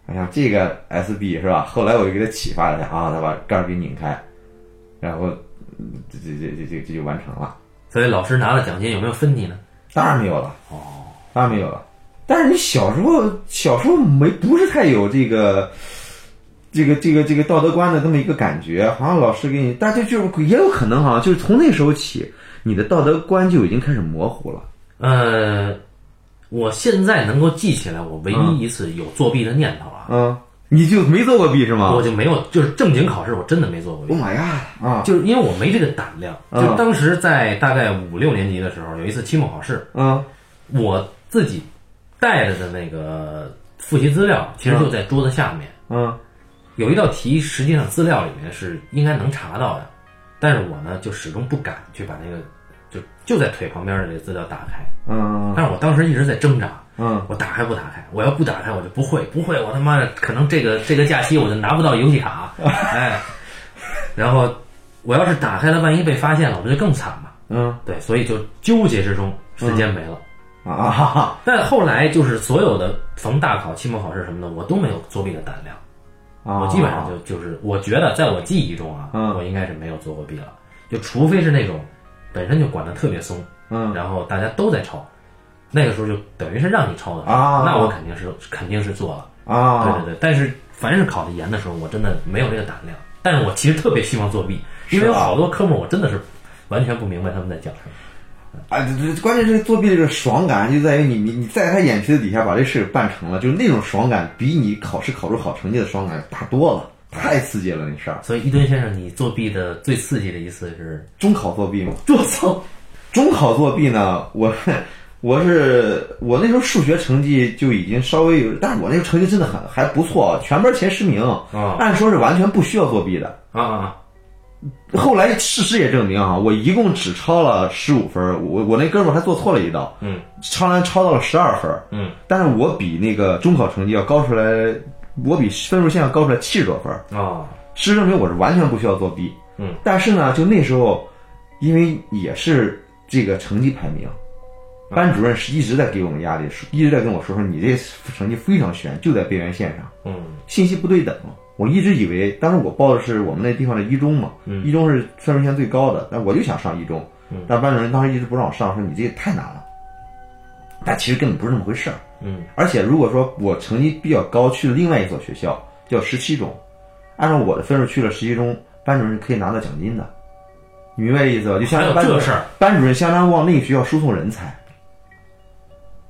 S2: 哎呀，这个 SB 是吧？后来我就给他启发了一下啊，他把盖儿给拧开，然后嗯这这这这这这就完成了。
S1: 所以老师拿了奖金有没有分你呢？
S2: 当然没有了，
S1: 哦，
S2: 当然没有了。但是你小时候小时候没不是太有这个这个这个这个道德观的这么一个感觉，好像老师给你，但就就是也有可能哈、就是从那时候起，你的道德观就已经开始模糊了。
S1: 呃，我现在能够记起来，我唯一一次有作弊的念头啊，
S2: 嗯，你就没做过弊是吗
S1: 我？就没有，就是正经考试，我真的没做过弊
S2: 我。妈呀啊！
S1: 就是因为我没这个胆量，
S2: 嗯
S1: 就当时在大概五六年级的时候，有一次期末考试，
S2: 嗯
S1: 我自己带着的那个复习资料，其实就在桌子下面。
S2: 嗯
S1: 有一道题，实际上资料里面是应该能查到的，但是我呢就始终不敢去把那个就就在腿旁边的这个资料打开。
S2: 嗯
S1: 但是我当时一直在挣扎，
S2: 嗯。
S1: 我打开不打开？我要不打开，我就不会，不会，我他妈的可能这个这个假期我就拿不到游戏卡，哎，然后我要是打开了，万一被发现了，我不就更惨嘛？
S2: 嗯
S1: 对，所以就纠结之中，时间没了。
S2: 啊哈哈，
S1: 但后来就是所有的逢大考、期末考试什么的，我都没有作弊的胆量，我
S2: 我
S1: 基本上就就是我觉得在我记忆中啊，
S2: 啊嗯
S1: 我应该是没有做过弊了，就除非是那种本身就管得特别松，
S2: 嗯
S1: 然后大家都在抄，那个时候就等于是让你抄的时候
S2: 啊
S1: 那我肯定是肯定是做了。对
S2: 啊
S1: 对对，但是凡是考的严的时候，我真的没有这个胆量。但是我其实特别希望作弊，因为有
S2: 是吧啊
S1: 好多科目我真的是完全不明白他们在讲什么。
S2: 啊！这这关键是作弊这个爽感就在于你你你在他眼皮子底下把这事办成了，就是那种爽感比你考试考出好成绩的爽感大多了，太刺激了那事儿。
S1: 所以一吨先生，你作弊的最刺激的一次是？
S2: 中考作弊嘛，
S1: 我操！
S2: 中考作弊呢，我我是我那时候数学成绩就已经稍微有，但是我那时候成绩真的很还不错，全班前十名，
S1: 啊
S2: 按说是完全不需要作弊的。
S1: 啊啊！
S2: 后来事实也证明啊，我一共只超了十五分儿，我我那哥们儿还做错了一道，
S1: 嗯
S2: 超然超到了十二分儿，
S1: 嗯
S2: 但是我比那个中考成绩要高出来，我比分数线要高出来七十多分儿，
S1: 啊
S2: 事实证明我是完全不需要作弊。
S1: 嗯，
S2: 但是呢，就那时候，因为也是这个成绩排名，班主任是一直在给我们压力，说一直在跟我说说你这成绩非常悬，就在边缘线上，
S1: 嗯
S2: 信息不对等。我一直以为，当时我报的是我们那地方的一中嘛，一中是分数线最高的，但我就想上一中，但班主任当时一直不让我上，说你这也太难了。但其实根本不是那么回事儿。
S1: 嗯
S2: 而且如果说我成绩比较高，去了另外一所学校叫十七中，按照我的分数去了十七中，班主任是可以拿到奖金的，你明白这意思吧？就相当
S1: 还
S2: 于班
S1: 有
S2: 主
S1: 这
S2: 任
S1: 事儿，
S2: 班主任相当于往那个学校输送人才。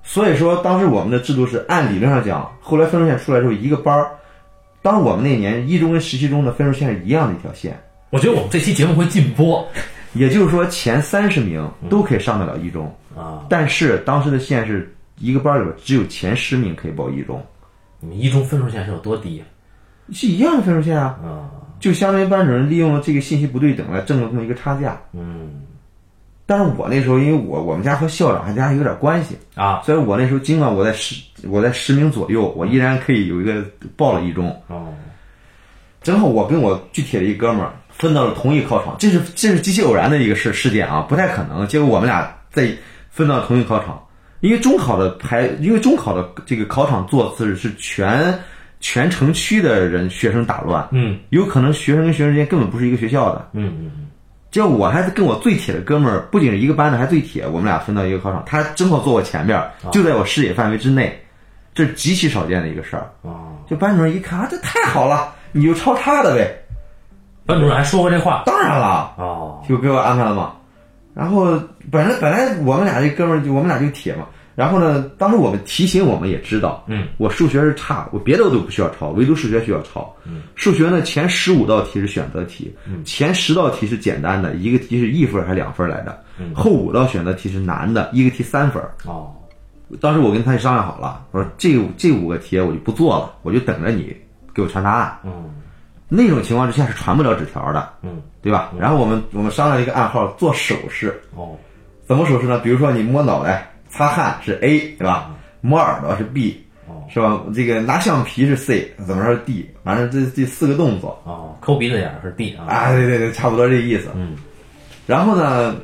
S2: 所以说，当时我们的制度是按理论上讲，后来分数线出来之后，一个班儿，当我们那年一中跟十七中的分数线是一样的一条线，
S1: 我觉得我们这期节目会禁播
S2: 也就是说前三十名都可以上得了一中，
S1: 啊！
S2: 但是当时的线是一个班儿里边只有前十名可以报一中，
S1: 你们一中分数线是有多低
S2: 是一样的分数线啊。
S1: 啊？
S2: 就相当于班主任利用了这个信息不对等来挣了这么一个差价。
S1: 嗯
S2: 但是我那时候因为我我们家和校长还家有点关系，
S1: 啊
S2: 所以我那时候尽管我在十我在十名左右，我依然可以有一个报了一中。
S1: 哦
S2: 正好我跟我具体的一哥们儿分到了同一考场，这是这是极其偶然的一个事事件啊，不太可能。结果我们俩在分到同一考场，因为中考的排，因为中考的这个考场座次是全全城区的人学生打乱，
S1: 嗯
S2: 有可能学生跟学生之间根本不是一个学校的。
S1: 嗯嗯
S2: 结果我还是跟我最铁的哥们儿，不仅是一个班的，还最铁，我们俩分到一个考场，他正好坐我前边儿，就在我视野范围之内，这是极其少见的一个事儿。
S1: 哦，
S2: 就班主任一看啊，这太好了，你就抄他的呗，
S1: 班主任还说过这话
S2: 当然了，
S1: 哦
S2: 就给我安排了嘛。然后本来本来我们俩这哥们儿就我们俩就铁嘛，然后呢，当时我们提醒我们也知道，
S1: 嗯，
S2: 我数学是差，我别的都不需要抄，唯独数学需要抄。
S1: 嗯
S2: 数学呢，前十五道题是选择题，前十道题是简单的，一个题是一分儿还是两分儿来的，
S1: 嗯
S2: 后五道选择题是难的，一个题三分儿。
S1: 哦
S2: 当时我跟他商量好了，我说这这五个题我就不做了，我就等着你给我传答案。
S1: 嗯
S2: 那种情况之下是传不了纸条的，
S1: 嗯，
S2: 对吧？然后我们我们商量一个暗号，做手势，
S1: 哦，
S2: 怎么手势呢？比如说你摸脑袋、擦汗是 A，对吧？摸耳朵是 B，
S1: 嗯哦，
S2: 是吧？这个拿橡皮是 C，怎么说是 D？反正这这四个动作
S1: 哦，抠鼻子眼儿是 D 啊，
S2: 啊，对对对，差不多这意思。
S1: 嗯，
S2: 然后呢，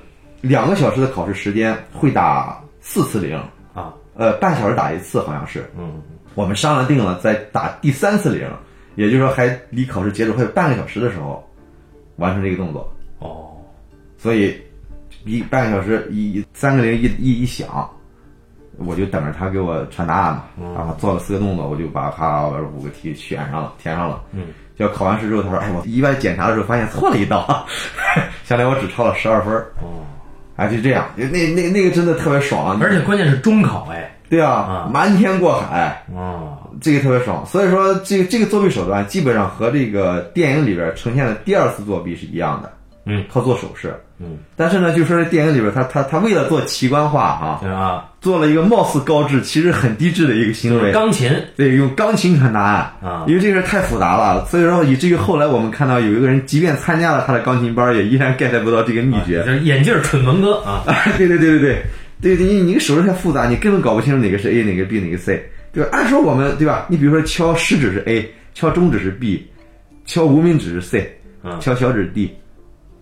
S2: 两个小时的考试时间会打四次铃，
S1: 啊，
S2: 呃，半小时打一次好像是。
S1: 嗯，
S2: 我们商量定了，在打第三次铃，也就是说还离考试截止还有半个小时的时候，完成这个动作。
S1: 哦，
S2: 所以一半个小时一三个零一一一响，我就等着他给我传答案嘛。
S1: 嗯
S2: 然后做了四个动作，我就把哈把五个题选上了，填上了。
S1: 嗯，
S2: 就考完试之后，他说：“哎，我意外检查的时候发现错了一道， 相当于我只超了十二分儿。
S1: 哦，
S2: 哎，就这样，那那那个真的特别爽，
S1: 而且关键是中考哎，
S2: 对啊，瞒天过海，
S1: 哦，
S2: 这个特别爽。所以说，这个这个作弊手段基本上和这个电影里边呈现的第二次作弊是一样的，
S1: 嗯，
S2: 靠做手势。
S1: 嗯，
S2: 但是呢，就说这电影里边他他他为了做奇观化啊，
S1: 对啊，
S2: 做了一个貌似高智其实很低智的一个行为，
S1: 钢琴
S2: 对，用钢琴传答案
S1: 啊
S2: 因为这个事儿太复杂了，所以说以至于后来我们看到有一个人，即便参加了他的钢琴班，也依然 get 不到这个秘诀。
S1: 就是眼镜儿蠢萌哥啊，
S2: 啊， 对对对对对对对，你你手势太复杂，你根本搞不清楚哪个是 A，哪个 B，哪个 C，对吧？按说我们对吧？你比如说敲食指是 A，敲中指是 B，敲无名指是 C，
S1: 嗯啊
S2: 敲小指 D，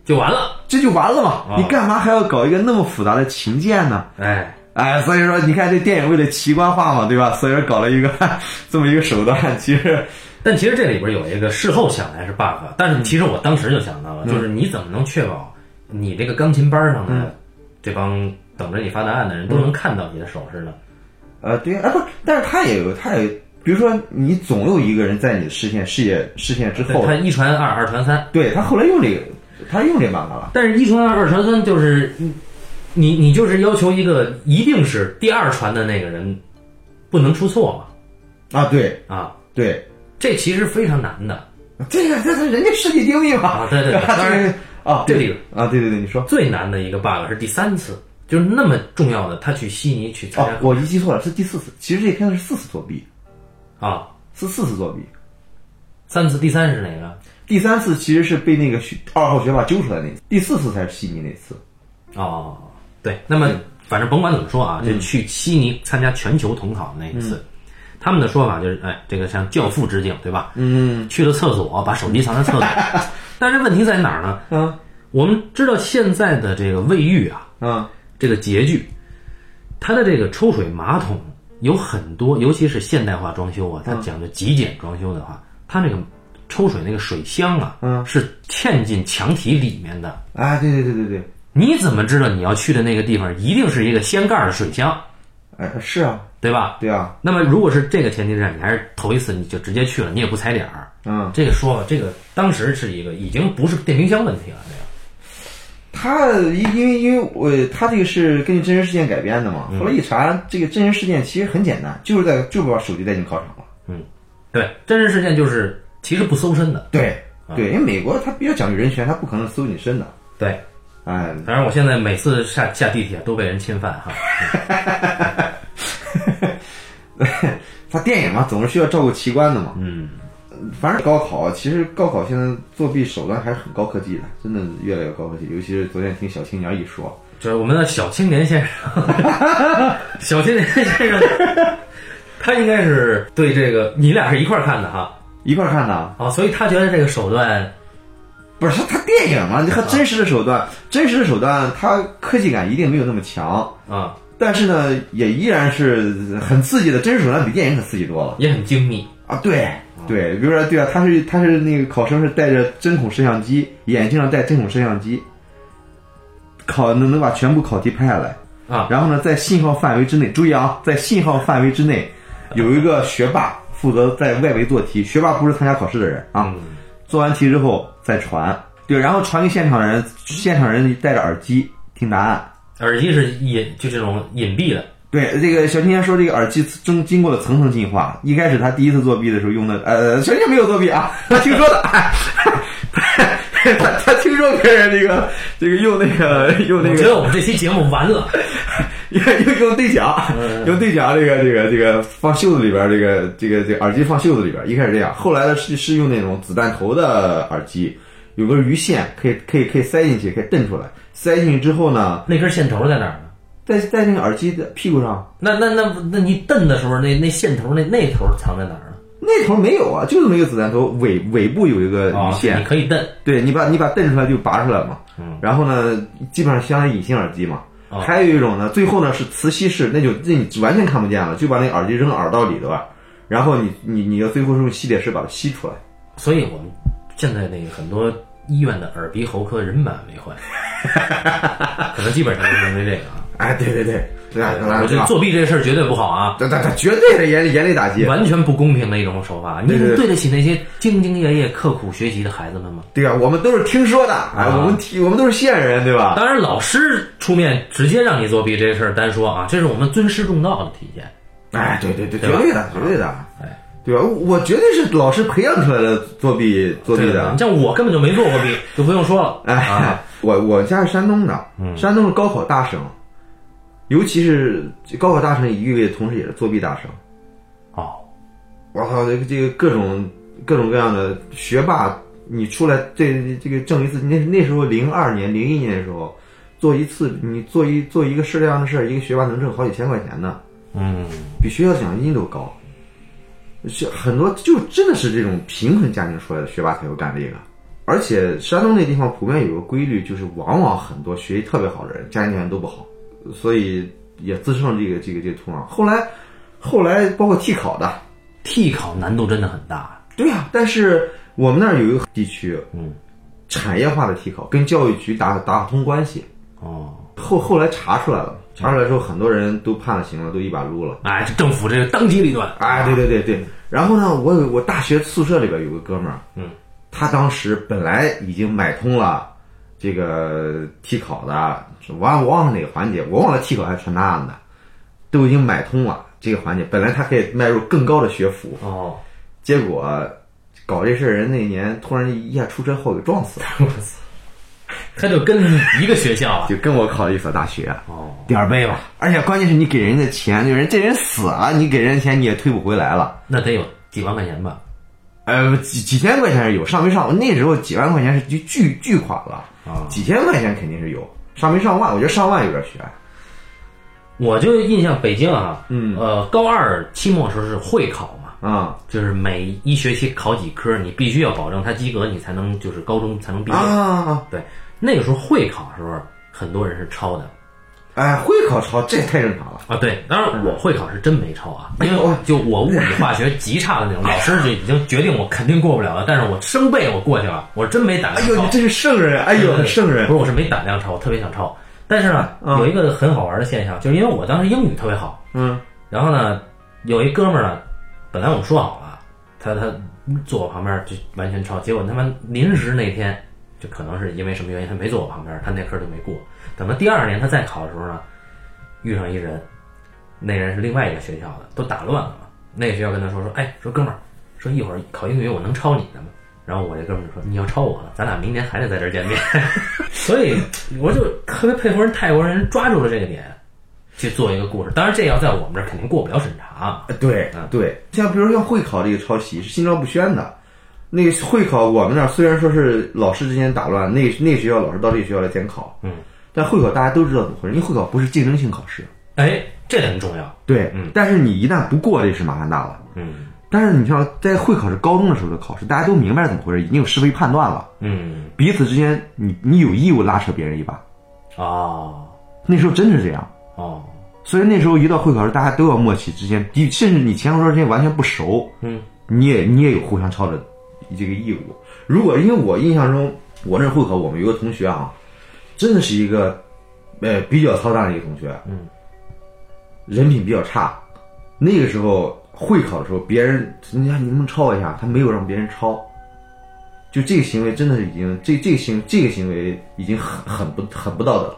S1: 就完了，
S2: 这就完了嘛！你干嘛还要搞一个那么复杂的琴键呢？
S1: 哎，
S2: 哎，所以说你看这电影为了奇观化嘛，对吧？所以说搞了一个 这么一个手段，其实
S1: 但其实这里边有一个事后想来是 bug，但是其实我当时就想到了，就是你怎么能确保你这个钢琴班上的这帮等着你发答案的人都能看到你的手势呢？
S2: 呃，对，哎不，但是他也有他也，比如说你总有一个人在你的视线视野视线之
S1: 对
S2: 后
S1: 他，一传二，二传三，
S2: 对他后来用这个，他用这办法了。
S1: 但是一传二，二传三就是你你你就是要求一个一定是第二传的那个人不能出错
S2: 啊，对
S1: 嘛啊，
S2: 对，
S1: 这其实非常难的
S2: 这个这是人家视力定义嘛
S1: 啊，对 对对，当然
S2: 啊，
S1: 这里
S2: 啊，对对对，你说
S1: 最难的一个 bug 是第三次，就是那么重要的他去悉尼去参
S2: 哦
S1: 加，
S2: 我一记错了，是第四次。其实这片子是四次作弊，
S1: 啊，
S2: 是四次作弊。
S1: 三次第三是哪个？
S2: 第三次其实是被那个学二号学霸揪出来那次，第四次才是悉尼那次。
S1: 哦，对，那么反正甭管怎么说啊，就去悉尼参加全球统考的那一次，他们的说法就是，哎，这个向教父致敬，对吧？嗯，去了厕所，把手机藏在厕所。但是问题在哪儿呢？
S2: 啊
S1: 我们知道现在的这个卫浴啊，
S2: 啊
S1: 这个洁具，它的这个抽水马桶有很多，尤其是现代化装修啊，它讲究极简装修的话，它那个抽水那个水箱啊，
S2: 嗯
S1: 是嵌进墙体里面的。
S2: 啊！对对对对对，
S1: 你怎么知道你要去的那个地方一定是一个掀盖儿的水箱，
S2: 哎是啊，
S1: 对吧？
S2: 对啊，
S1: 那么如果是这个前提之下，你还是头一次你就直接去了，你也不踩点儿，
S2: 嗯，
S1: 这个说吧，这个当时是一个已经不是电冰箱问题了，这个
S2: 他因因为因为我他这个是根据真实事件改编的嘛，
S1: 嗯
S2: 后来一查，这个真实事件其实很简单，就是在就把手机带进考场了。
S1: 对真实事件就是其实不搜身的，
S2: 对
S1: 啊
S2: 对，因为美国他比较讲究人权，他不可能搜你身的。
S1: 对。
S2: 哎，
S1: 反正我现在每次下下地铁都被人侵犯哈，
S2: 他电影嘛，总是需要照顾奇观的嘛。嗯，反正高考，啊其实高考现在作弊手段还是很高科技的，真的越来越高科技。尤其是昨天听小青年一说，
S1: 就是我们的小青年先生， 小青年先生，他应该是对这个你俩是一块儿看的哈
S2: 一块儿看的，
S1: 啊，所以他觉得这个手段
S2: 不是他电影嘛，你和真实的手段，真实的手段，它科技感一定没有那么强，
S1: 啊
S2: 但是呢，也依然是很刺激的。真实手段比电影可刺激多了
S1: 也很精密，
S2: 啊！对对，比如说对啊，他是他是那个考生是带着针孔摄像机，眼镜上带针孔摄像机，考能能把全部考题拍下来。
S1: 啊，
S2: 然后呢，在信号范围之内，注意啊，在信号范围之内，有一个学霸负责在外围做题。学霸不是参加考试的人啊，
S1: 嗯
S2: 做完题之后再传，对，然后传给现场人，现场人戴着耳机听答案。
S1: 耳机是隐就这种隐蔽的，
S2: 对，这个小青年说，这个耳机经经过了层层进化。一开始他第一次作弊的时候用的，呃，小青年没有作弊啊， 他听说的，哎、他他他听说别人这个这个用那个用那
S1: 我
S2: 个
S1: 觉得我们这期节目完了，
S2: 用用对讲，用对讲这个这个这个放袖子里边儿，这个这个这个耳机放袖子里边儿。一开始这样，后来呢是是用那种子弹头的耳机，有根鱼线，可以可以可以塞进去，可以蹬出来。塞进去之后呢，
S1: 那根线头在哪儿呢？
S2: 在在那个耳机的屁股上，
S1: 那那那那你蹬的时候，那那线头那那头藏在哪儿呢？
S2: 那头没有啊，就这么一个子弹头，尾尾部有一个
S1: 啊
S2: 鱼哦线
S1: 你，可以蹬，
S2: 对你把你把蹬出来就拔出来嘛，
S1: 嗯
S2: 然后呢，基本上相当于隐形耳机嘛。
S1: 哦
S2: 还有一种呢，最后呢是磁吸式，那就那你完全看不见了，就把那个耳机扔耳道里头啊，然后你你你要最后是用吸铁石把它吸出来。
S1: 所以我们现在那个很多医院的耳鼻喉科人满为 患，可能基本上就是因为这个啊。
S2: 哎，对对对，对啊，
S1: 我觉得作弊这事儿绝对不好啊，
S2: 对对对，绝对的严严厉打击。
S1: 完全不公平的一种手法。你
S2: 对对
S1: 能
S2: 对
S1: 对得起那些兢兢业业、刻苦学习的孩子们吗？
S2: 对啊，我们都是听说的，
S1: 啊
S2: 哎，我们听我们都是线人，对吧？
S1: 当然，老师出面直接让你作弊这事儿单说啊，这是我们尊师重道的体现。
S2: 哎，对对对，
S1: 对
S2: 绝
S1: 吧
S2: 对的，绝对的
S1: 哎。
S2: 对吧？我绝对是老师培养出来的作弊作弊
S1: 对
S2: 的
S1: 吧，像我根本就没做 过弊，就不用说了。啊，
S2: 哎，我我家是山东的，山东是高考大省，尤其是高考大省意味着同时也是作弊大省。
S1: 哦，
S2: 我操，这个这个各种各种各样的学霸，你出来这这个挣一次，那那时候零二年、零一年的时候，做一次你做一做一个适量的事儿，一个学霸能挣好几千块钱呢，
S1: 嗯，
S2: 比学校奖金都高。是很多就真的是这种贫困家庭出来的学霸才会干这个。而且山东那地方普遍有个规律，就是往往很多学习特别好的人，家庭条件都不好，所以也滋生了这个这个这个土壤。后来，后来包括替考的，
S1: 替考难度真的很大。
S2: 对呀、但是我们那儿有一个地区，
S1: 嗯，
S2: 产业化的替考跟教育局打打通关系，
S1: 哦，
S2: 后后来查出来了，查出来之后很多人都判了刑了，都一把撸了。
S1: 哎，这政府这个当机立断。
S2: 哎，对对对对。然后呢，我有我大学宿舍里边有个哥们儿，
S1: 嗯，
S2: 他当时本来已经买通了这个替考的，我忘我忘了哪个环节，我忘了替考还是传达案的，都已经买通了这个环节，本来他可以迈入更高的学府，
S1: 哦，
S2: 结果搞这事儿人那年突然一下出车祸给 撞死了，
S1: 我操，他就跟一个学校啊。
S2: 就跟我考了一所大学，
S1: 哦，
S2: 点儿背吧。而且关键是你给人的钱，就人这人死了，你给人钱你也退不回来了。
S1: 那得有几万块钱吧？
S2: 呃，几几千块钱是有，上没上？那时候几万块钱是巨巨巨款了，
S1: 啊
S2: 几千块钱肯定是有，上没上万？我觉得上万有点悬。
S1: 我就印象北京啊，
S2: 嗯
S1: 呃，高二期末的时候是会考嘛，
S2: 啊
S1: 就是每一学期考几科，你必须要保证他及格，你才能就是高中才能毕业。
S2: 啊！
S1: 对，那个时候会考的时候，很多人是抄的
S2: 哎，会考超这也太正常了。
S1: 啊。对，当然我会考是真没抄啊，因为我
S2: 哦
S1: 就我物理化学极差的那种，老师就已经决定我肯定过不了了，但是我生背我过去了，我真没胆
S2: 哎
S1: 量
S2: 呦，
S1: 抄
S2: 你。真是圣人！哎 呦，圣人
S1: 不！是，我是没胆量抄，我特别想抄。但是呢，
S2: 嗯
S1: 有一个很好玩的现象，就是因为我当时英语特别好，
S2: 嗯
S1: 然后呢，有一哥们儿呢，本来我们说好了，他他坐我旁边就完全抄，结果他妈临时那天，就可能是因为什么原因，他没坐我旁边，他那科就没过。等到第二年他再考的时候呢，遇上一人，那人是另外一个学校的，都打乱了嘛。那个学校跟他说说，哎，说哥们儿，说一会儿考英语我能抄你的吗？然后我这哥们儿就说，你要抄我的，咱俩明年还得在这儿见面。所以我就特别佩服人泰国人抓住了这个点，去做一个故事。当然，这要在我们这儿肯定过不了审查啊。
S2: 对
S1: 嗯
S2: 对，像比如像会考这个抄袭是心照不宣的。那个会考我们那儿虽然说是老师之间打乱，那那学校老师到这个学校来监考，
S1: 嗯，
S2: 但会考大家都知道怎么回事，因为会考不是竞争性考试，
S1: 哎，这很重要。
S2: 对，但是你一旦不过，这是麻烦大了。
S1: 嗯
S2: 但是你像在会考是高中的时候的考试，大家都明白怎么回事，已经有是非判断了，
S1: 嗯
S2: 彼此之间你你有义务拉扯别人一把，
S1: 哦
S2: 那时候真是这样。
S1: 哦
S2: 所以那时候一到会考时，大家都要默契之间，你甚至你前后桌之间完全不熟，
S1: 嗯
S2: 你也你也有互相抄的这个义务。如果因为我印象中，我那会考我们有个同学啊，真的是一个呃比较操蛋的一个同学，
S1: 嗯，
S2: 人品比较差。那个时候会考的时候，别人人家你能不能抄一下？他没有让别人抄，就这个行为真的是已经这这个行这个行为已经很很不很不道德了。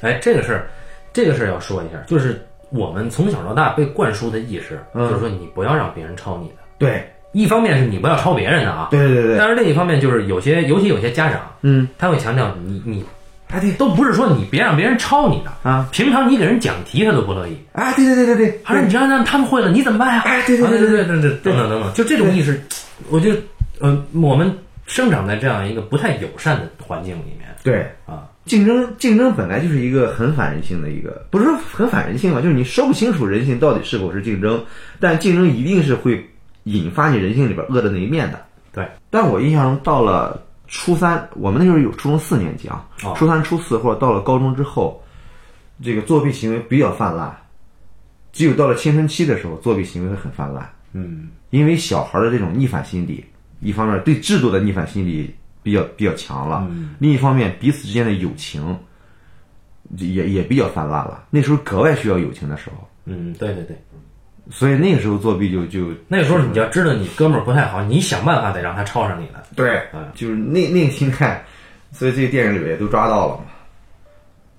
S1: 哎，这个事儿，这个事儿要说一下，就是我们从小到大被灌输的意识，
S2: 嗯
S1: 就是说你不要让别人抄你的。
S2: 对
S1: 一方面是你不要抄别人的啊，
S2: 对对对对，
S1: 但是另一方面就是有些，尤其有些家长，
S2: 嗯，
S1: 他会强调你你
S2: 哎对
S1: 都不是说你别让别人抄你的
S2: 啊，
S1: 平常你给人讲题他都不乐意，
S2: 哎对对对对对，
S1: 还是你让让他们会了你怎么办呀？
S2: 哎对对
S1: 啊
S2: 对
S1: 对
S2: 对
S1: 对对对，等等等等，就这种意识，我觉得呃，我们生长在这样一个不太友善的环境里面
S2: 对，
S1: 啊，
S2: 竞争竞争本来就是一个很反人性的一个，不是说很反人性吧，就是你说不清楚人性到底是否是竞争，但竞争一定是会引发你人性里边恶的那一面的。
S1: 对，
S2: 但我印象中到了初三，我们那时候有初中四年级啊，
S1: 哦
S2: 初三、初四或者到了高中之后，这个作弊行为比较泛滥，只有到了青春期的时候，作弊行为会很泛滥。
S1: 嗯，
S2: 因为小孩的这种逆反心理，一方面对制度的逆反心理比较比较强了，另一方面彼此之间的友情也也比较泛滥了。那时候格外需要友情的时候，
S1: 嗯，对对对，
S2: 所以那个时候作弊就就
S1: 那个时候你要知道你哥们儿不太好，你想办法得让他抄上你来。
S2: 对，就是那那个心态，所以这个电影里边也都抓到了嘛。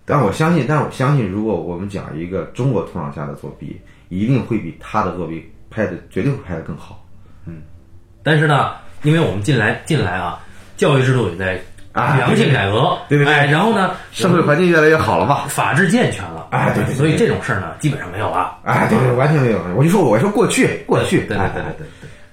S2: 但我相信，但我相信，如果我们讲一个中国土壤下的作弊，一定会比他的作弊拍的绝对会拍的更好。
S1: 但是呢，因为我们近来近来啊，教育制度也在
S2: 啊
S1: 良性改革，
S2: 对对对
S1: 哎，然后呢，
S2: 社会环境越来越好了嘛？
S1: 法治健全了，
S2: 哎对对对
S1: 所以这种事儿呢，基本上没有了。
S2: 哎，对对，完全没有。我就说，我说过去，过去，
S1: 对对
S2: 哎
S1: 对对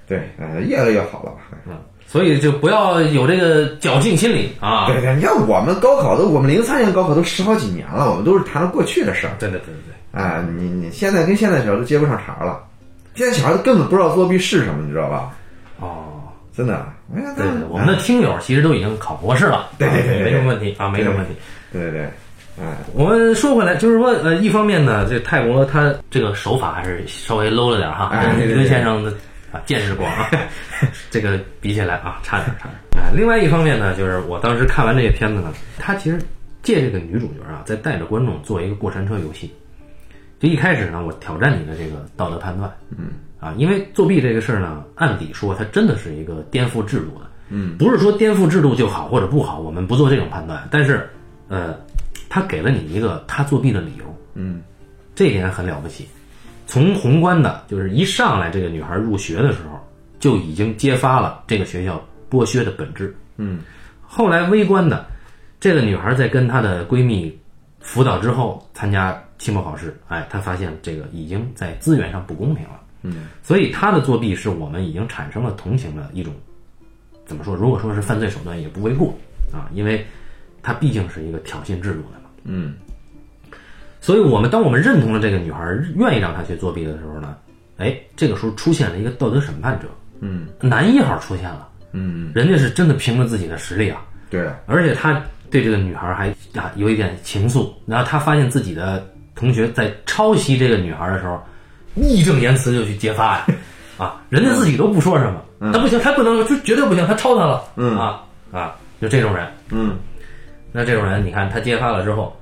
S1: 对对，
S2: 对，呃，越来越好了吧？
S1: 嗯，所以就不要有这个侥幸心理啊。
S2: 对对，你看我们高考都，我们零三年高考都十好几年了，我们都是谈了过去的事儿
S1: 对对对对
S2: 啊、你你现在跟现在小孩都接不上茬了，现在小孩根本不知道作弊是什么，你知道吧？
S1: 对，哦，
S2: 真的，哎呀，
S1: 对
S2: 那
S1: 对，我们的听友其实都已经考博士了，
S2: 对对对对
S1: 啊
S2: 对
S1: 没什么问题啊，没什么问题。
S2: 对对对，哎，
S1: 我们说回来，就是说，呃，一方面呢，这泰国它这个手法还是稍微 low 了点儿哈，
S2: 哎对
S1: 跟
S2: 对
S1: 跟
S2: 对
S1: 先生的啊见识广 啊，这个比起来啊，差点儿差点儿。哎，另外一方面呢，就是我当时看完这些片子呢，它其实借这个女主角啊，在带着观众做一个过山车游戏。就一开始呢，我挑战你的这个道德判断，嗯，啊，因为作弊这个事儿呢，按理说它真的是一个颠覆制度的，嗯，不是说颠覆制度就好或者不好，我们不做这种判断，但是，呃，他给了你一个他作弊的理由，
S2: 嗯，
S1: 这一点很了不起。从宏观的，就是一上来这个女孩入学的时候，就已经揭发了这个学校剥削的本质。
S2: 嗯，
S1: 后来微观的，这个女孩在跟她的闺蜜辅导之后参加期末考试，哎，她发现这个已经在资源上不公平了。嗯，所以她的作弊是我们已经产生了同情的一种，怎么说？如果说是犯罪手段，也不为过啊，因为她毕竟是一个挑衅制度的嘛。
S2: 嗯，
S1: 所以我们当我们认同了这个女孩，愿意让她去作弊的时候呢，哎，这个时候出现了一个道德审判者，
S2: 嗯，
S1: 男一号出现了，
S2: 嗯，
S1: 人家是真的凭着自己的实力啊，
S2: 对啊，
S1: 而且他对这个女孩还啊有一点情愫，然后他发现自己的同学在抄袭这个女孩的时候，义正言辞就去揭发呀，啊，人家自己都不说什么，那不行，他不能就绝对不行，他抄他了，
S2: 嗯
S1: 啊啊，就这种人，
S2: 嗯，
S1: 那这种人，你看他揭发了之后，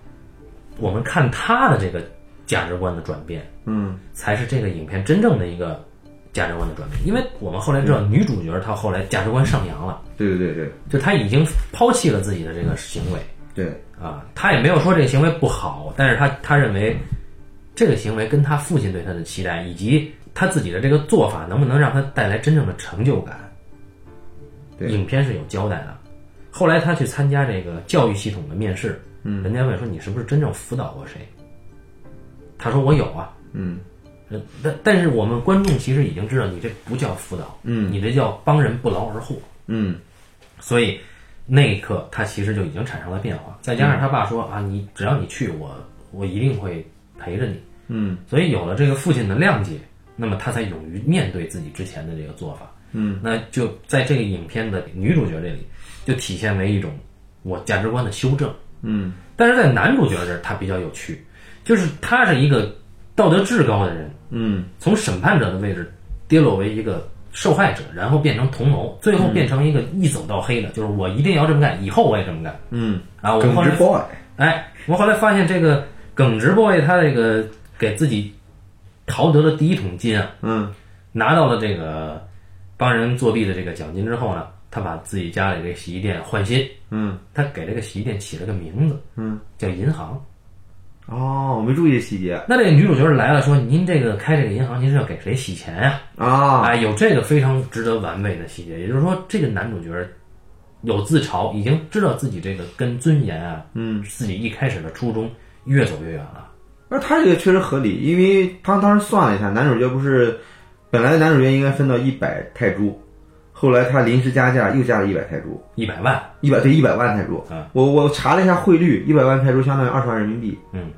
S1: 我们看他的这个价值观的转变，
S2: 嗯，
S1: 才是这个影片真正的一个价值观的转变，因为我们后来知道女主角她后来价值观上扬了，
S2: 对对对对
S1: 就她已经抛弃了自己的这个行为。
S2: 对，
S1: 啊，他也没有说这个行为不好，但是他他认为这个行为跟他父亲对他的期待，以及他自己的这个做法能不能让他带来真正的成就感，
S2: 对
S1: 影片是有交代的。后来他去参加这个教育系统的面试，嗯，人家问说你是不是真正辅导过谁？他说我有啊，
S2: 嗯
S1: 呃，但但是我们观众其实已经知道你这不叫辅导，嗯，你这叫帮人不劳而获，
S2: 嗯
S1: 所以那一刻他其实就已经产生了变化。再加上他爸说啊，你只要你去，我我一定会陪着你。
S2: 嗯，
S1: 所以有了这个父亲的谅解，那么他才勇于面对自己之前的这个做法。嗯，那就在这个影片的女主角这里，就体现为一种我价值观的修正。
S2: 嗯
S1: 但是在男主角这儿，他比较有趣，就是他是一个道德至高的人，
S2: 嗯
S1: 从审判者的位置跌落为一个受害者，然后变成同谋，最后
S2: 嗯
S1: 变成一个一走到黑的，就是我一定要这么干，以后我也这么干
S2: 嗯，
S1: 啊！我
S2: 耿
S1: 后
S2: 直
S1: 来
S2: boy，
S1: 哎，我后来发现这个耿直 boy 他这个给自己淘得了第一桶金啊，
S2: 嗯
S1: 拿到了这个帮人作弊的这个奖金之后呢，他把自己家里这个洗衣店换新，
S2: 嗯，
S1: 他给这个洗衣店起了个名字，
S2: 嗯，
S1: 叫银行。
S2: 哦，我没注意细节
S1: 那这个女主角来了，说您这个开这个银行，您是要给谁洗钱呀、
S2: 啊，
S1: 哎啊，有这个非常值得玩味的细节，也就是说，这个男主角有自嘲，已经知道自己这个跟尊严啊，
S2: 嗯，
S1: 自己一开始的初衷越走越远了。
S2: 那他这个确实合理，因为他当时算了一下，男主角不是本来男主角应该分到一百泰铢，后来他临时加价又加了一百泰铢，
S1: 一百万，
S2: 一百对一百万泰铢。
S1: 嗯
S2: 我我查了一下汇率，一百万泰铢相当于二十万人民币。
S1: 嗯，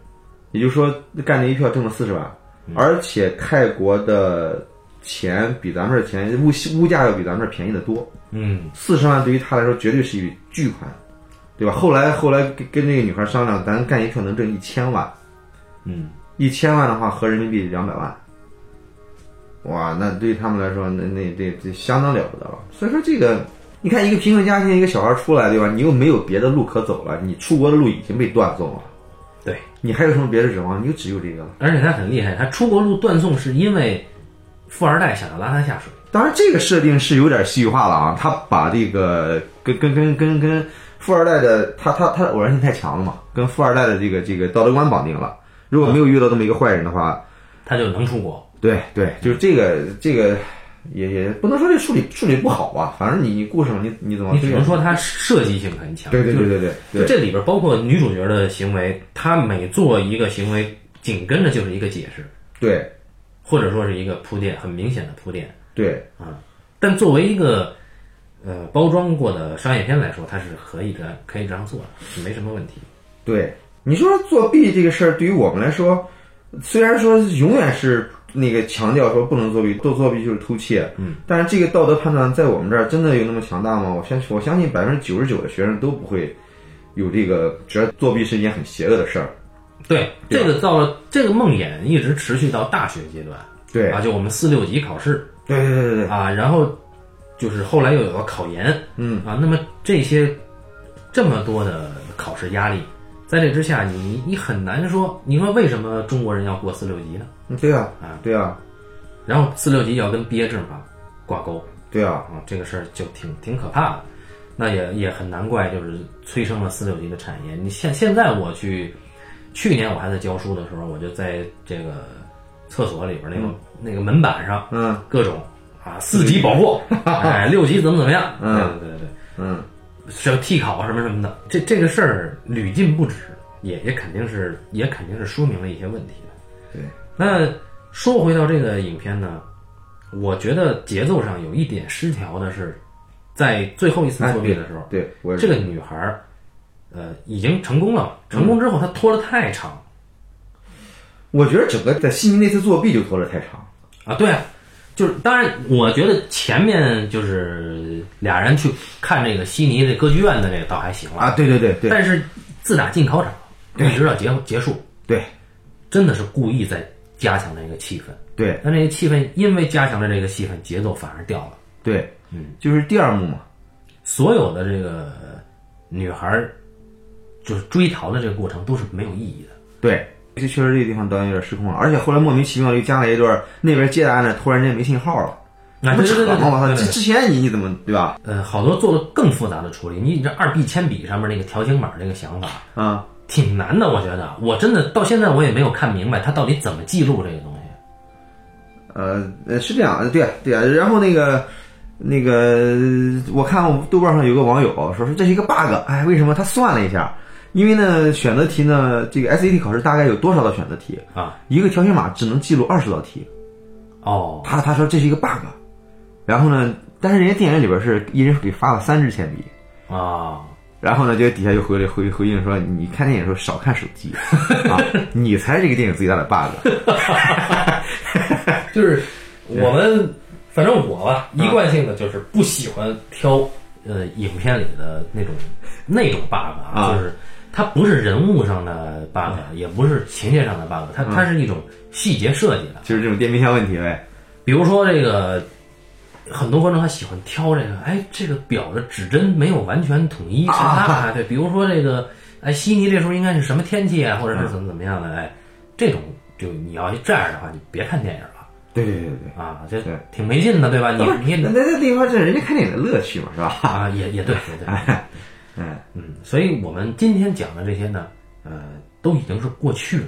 S2: 也就是说干这一票挣了四十万，而且泰国的钱比咱们这钱物物价要比咱们这便宜的多，
S1: 嗯，
S2: 四十万对于他来说绝对是一笔巨款，对吧？后来后来跟跟那个女孩商量，咱干一票能挣一千万。
S1: 嗯，
S2: 一千万的话合人民币两百万，哇，那对他们来说，那那这这相当了不得了。所以说这个，你看一个贫困家庭，一个小孩出来，对吧？你又没有别的路可走了，你出国的路已经被断送了，
S1: 对，
S2: 你还有什么别的指望？你就只有这个了。
S1: 而且他很厉害，他出国路断送是因为富二代想要拉他下水。
S2: 当然，这个设定是有点戏剧化了啊，他把这个跟跟跟跟跟富二代的他他他的偶然性太强了嘛，跟富二代的这个这个道德观绑定了。如果没有遇到这么一个坏人的话，
S1: 他就能出国。
S2: 对对，就是这个这个也也不能说这处理处理不好吧，反正你你故事嘛，你你怎么
S1: 你只能
S2: 说
S1: 说他设计性很强。
S2: 哦对对对对
S1: 就
S2: 对对
S1: 这里边包括女主角的行为，她每做一个行为，紧跟着就是一个解释，
S2: 对
S1: 或者说是一个铺垫，很明显的铺垫。
S2: 对
S1: 但作为一个呃包装过的商业片来说，它是可以的，可以这样做的，是没什么问题。
S2: 对，你说作弊这个事儿对于我们来说，虽然说永远是那个强调说不能作弊，做作弊就是偷窃，嗯，但是这个道德判断在我们这儿真的有那么强大吗？我相信我相信百分之九十九的学生都不会有这个觉得作弊是一件很邪恶的事儿，
S1: 对，
S2: 对
S1: 这
S2: 吧
S1: 个到了这个梦魇一直持续到大学阶段
S2: 对
S1: 啊，就我们四六级考试
S2: 对对对对对，
S1: 啊，然后就是后来又有了考研，
S2: 嗯
S1: 啊，那么这些这么多的考试压力，在这之下你，你很难说，你说为什么中国人要过四六级呢？
S2: 嗯对啊
S1: 啊
S2: 对啊
S1: 然后四六级要跟毕业证法挂钩
S2: 对啊，
S1: 啊，这个事儿就挺挺可怕的。那也也很难怪，就是催生了四六级的产业。你现现在我去，去年我还在教书的时候，我就在这个厕所里边那个、那个门板上
S2: 嗯
S1: 各种啊四级保护，哎六级怎么怎么样，
S2: 嗯
S1: 对对对对。
S2: 嗯。
S1: 是替考什么什么的，这这个事儿屡禁不止，也也肯定是也肯定是说明了一些问题的。
S2: 对，
S1: 那说回到这个影片呢，我觉得节奏上有一点失调的是，在最后一次作弊的时候，
S2: 哎对，我也
S1: 这个女孩儿，呃，已经成功了，成功之后她拖得太长
S2: 我觉得整个在悉尼那次作弊就拖得太长。
S1: 啊，对啊。就是，当然，我觉得前面就是俩人去看这个悉尼这歌剧院的这个倒还行了
S2: 啊，对对对对
S1: 但是自打进考场一直到结结束，
S2: 对
S1: 真的是故意在加强这个气氛。
S2: 对
S1: 但这个气氛因为加强了这个气氛，节奏反而掉了。
S2: 对，就是第二幕嘛，
S1: 所有的这个呃女孩儿就是追逃的这个过程都是没有意义的。
S2: 对，这确实这个地方导演有点失控了，而且后来莫名其妙又加了一段那边接答案的突然间没信号了，
S1: 啊
S2: 那不
S1: 对
S2: 扯
S1: 对对
S2: 吗？
S1: 对
S2: 我操，
S1: 对对
S2: 这之前你你怎么对吧？
S1: 呃，好多做了更复杂的处理。你你这二 B 铅笔上面那个条形码这个想法
S2: 啊，
S1: 挺难的，我觉得。我真的到现在我也没有看明白它到底怎么记录这个东西。
S2: 呃呃是这样，呃对对啊，然后那个。那个，我看我豆瓣上有个网友说说这是一个 bug，哎，为什么？他算了一下，因为呢选择题呢，这个 SAT 考试大概有多少道选择题
S1: 啊？
S2: 一个条形码只能记录二十道题，
S1: 哦，
S2: 他他说这是一个 bug，然后呢，但是人家电影里边是一人给发了三支铅笔，
S1: 啊，
S2: 然后呢，就底下就回了回回应说，你看电影的时候少看手机啊，你才是这个电影最大的 bug。
S1: 就是我们，反正我吧，一贯性的就是不喜欢挑呃影片里的那种那种 bug 啊，
S2: 啊
S1: 就是它不是人物上的 bug，也不是情节上的 bug，它它是一种细节设计的。
S2: 就是这种电冰箱问题呗。
S1: 比如说这个，很多观众他喜欢挑这个，哎，这个表的指针没有完全统一，是它啊，对，比如说这个，哎，悉尼这时候应该是什么天气啊，或者是怎么怎么样的，哎，这种就你要这样的话，你别看电影了。
S2: 对对对对
S1: 啊，这
S2: 对
S1: 挺没劲的，对吧？你
S2: 对，
S1: 你
S2: 那那那地方这是人家看电影的乐趣嘛，是吧？
S1: 啊，也也对，也对，
S2: 嗯，
S1: 嗯，所以我们今天讲的这些呢，呃，都已经是过去了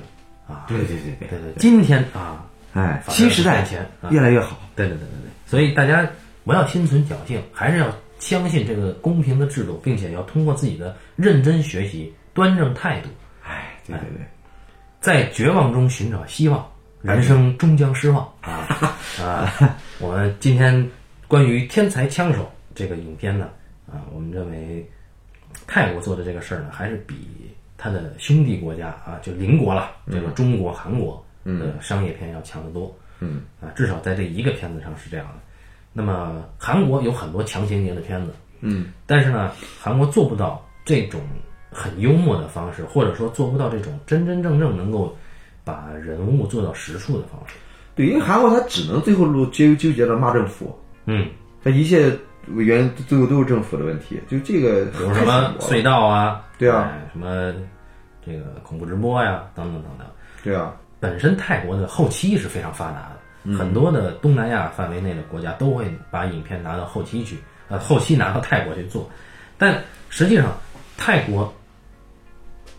S1: 啊。
S2: 对对对
S1: 对
S2: 对，
S1: 对，今天啊，
S2: 哎，
S1: 反正
S2: 新时代
S1: 赚钱啊
S2: 越来越好。
S1: 对对对对对，所以大家不要心存侥幸，还是要相信这个公平的制度，并且要通过自己的认真学习、端正态度，
S2: 哎，对对对，
S1: 在绝望中寻找希望，人生终将失望啊啊！我们今天关于《天才枪手》这个影片呢，啊，我们认为泰国做的这个事儿呢，还是比他的兄弟国家啊，就邻国了，这个中国、韩国的商业片要强得多。
S2: 嗯，
S1: 啊，至少在这一个片子上是这样的。那么韩国有很多强情节的片子，
S2: 嗯，
S1: 但是呢，韩国做不到这种很幽默的方式，或者说做不到这种真真正正能够把人物做到实处的方式。
S2: 对，因为韩国他只能最后落纠纠结到骂政府，
S1: 嗯，
S2: 他一切原因最后都是政府的问题，就这个
S1: 比如什 么
S2: 太神魔了
S1: 隧道啊，
S2: 对啊
S1: 哎什么这个恐怖直播呀、等等等等。
S2: 对啊，
S1: 本身泰国的后期是非常发达的，
S2: 嗯
S1: 很多的东南亚范围内的国家都会把影片拿到后期去，呃，后期拿到泰国去做。但实际上，泰国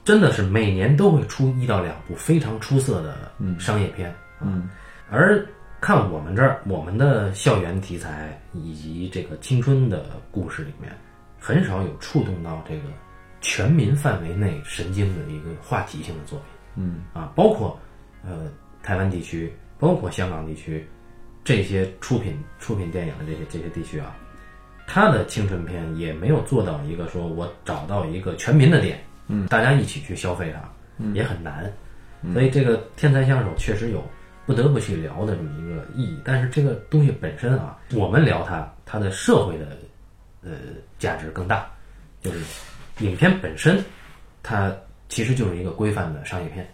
S1: 真的是每年都会出一到两部非常出色的商业片，
S2: 嗯，
S1: 而看我们这儿，我们的校园题材以及这个青春的故事里面，很少有触动到这个全民范围内神经的一个话题性的作品。
S2: 嗯
S1: 啊，包括呃台湾地区，包括香港地区，这些出品出品电影的这些这些地区啊，它的青春片也没有做到一个说我找到一个全民的点，嗯，大家一起去消费它，嗯、也很难。所以这个《天才相手》确实有不得不去聊的这么一个意义，但是这个东西本身啊，我们聊它，它的社会的呃价值更大，就是影片本身，它其实就是一个规范的商业片。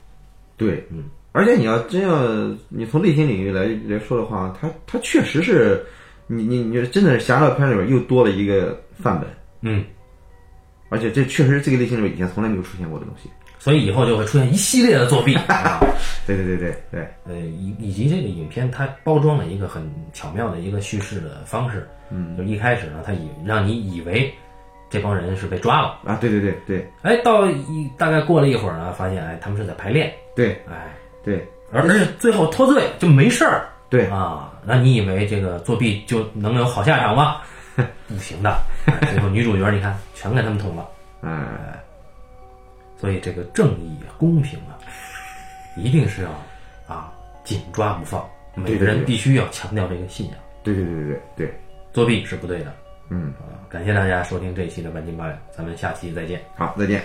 S2: 对，
S1: 嗯，
S2: 而且你要真要你从类型领域来来说的话，它它确实是你你你真的是侠盗片里边又多了一个范本，
S1: 嗯，
S2: 而且这确实这个类型里面以前从来没有出现过的东西，
S1: 所以以后就会出现一系列的作弊啊，
S2: 对对对对对，
S1: 呃，以以及这个影片它包装了一个很巧妙的一个叙事的方式，嗯，就一开始呢，它以让你以为这帮人是被抓了，
S2: 啊，对对对对
S1: 哎，到一大概过了一会儿呢，发现哎他们是在排练，
S2: 对
S1: 哎，
S2: 对
S1: 而而且最后脱罪就没事儿，
S2: 对，
S1: 啊，那你以为这个作弊就能有好下场吗？不行的，哎最后女主角你看全给他们捅了。
S2: 哎，
S1: 所以这个正义啊、公平啊，一定是要啊紧抓不放。每
S2: 对
S1: 个
S2: 对
S1: 人
S2: 对
S1: 必须要强调这个信仰，
S2: 对对对对对对，
S1: 作弊是不对的。
S2: 嗯，
S1: 啊，感谢大家收听这一期的半斤八两，咱们下期再见。
S2: 好，再见。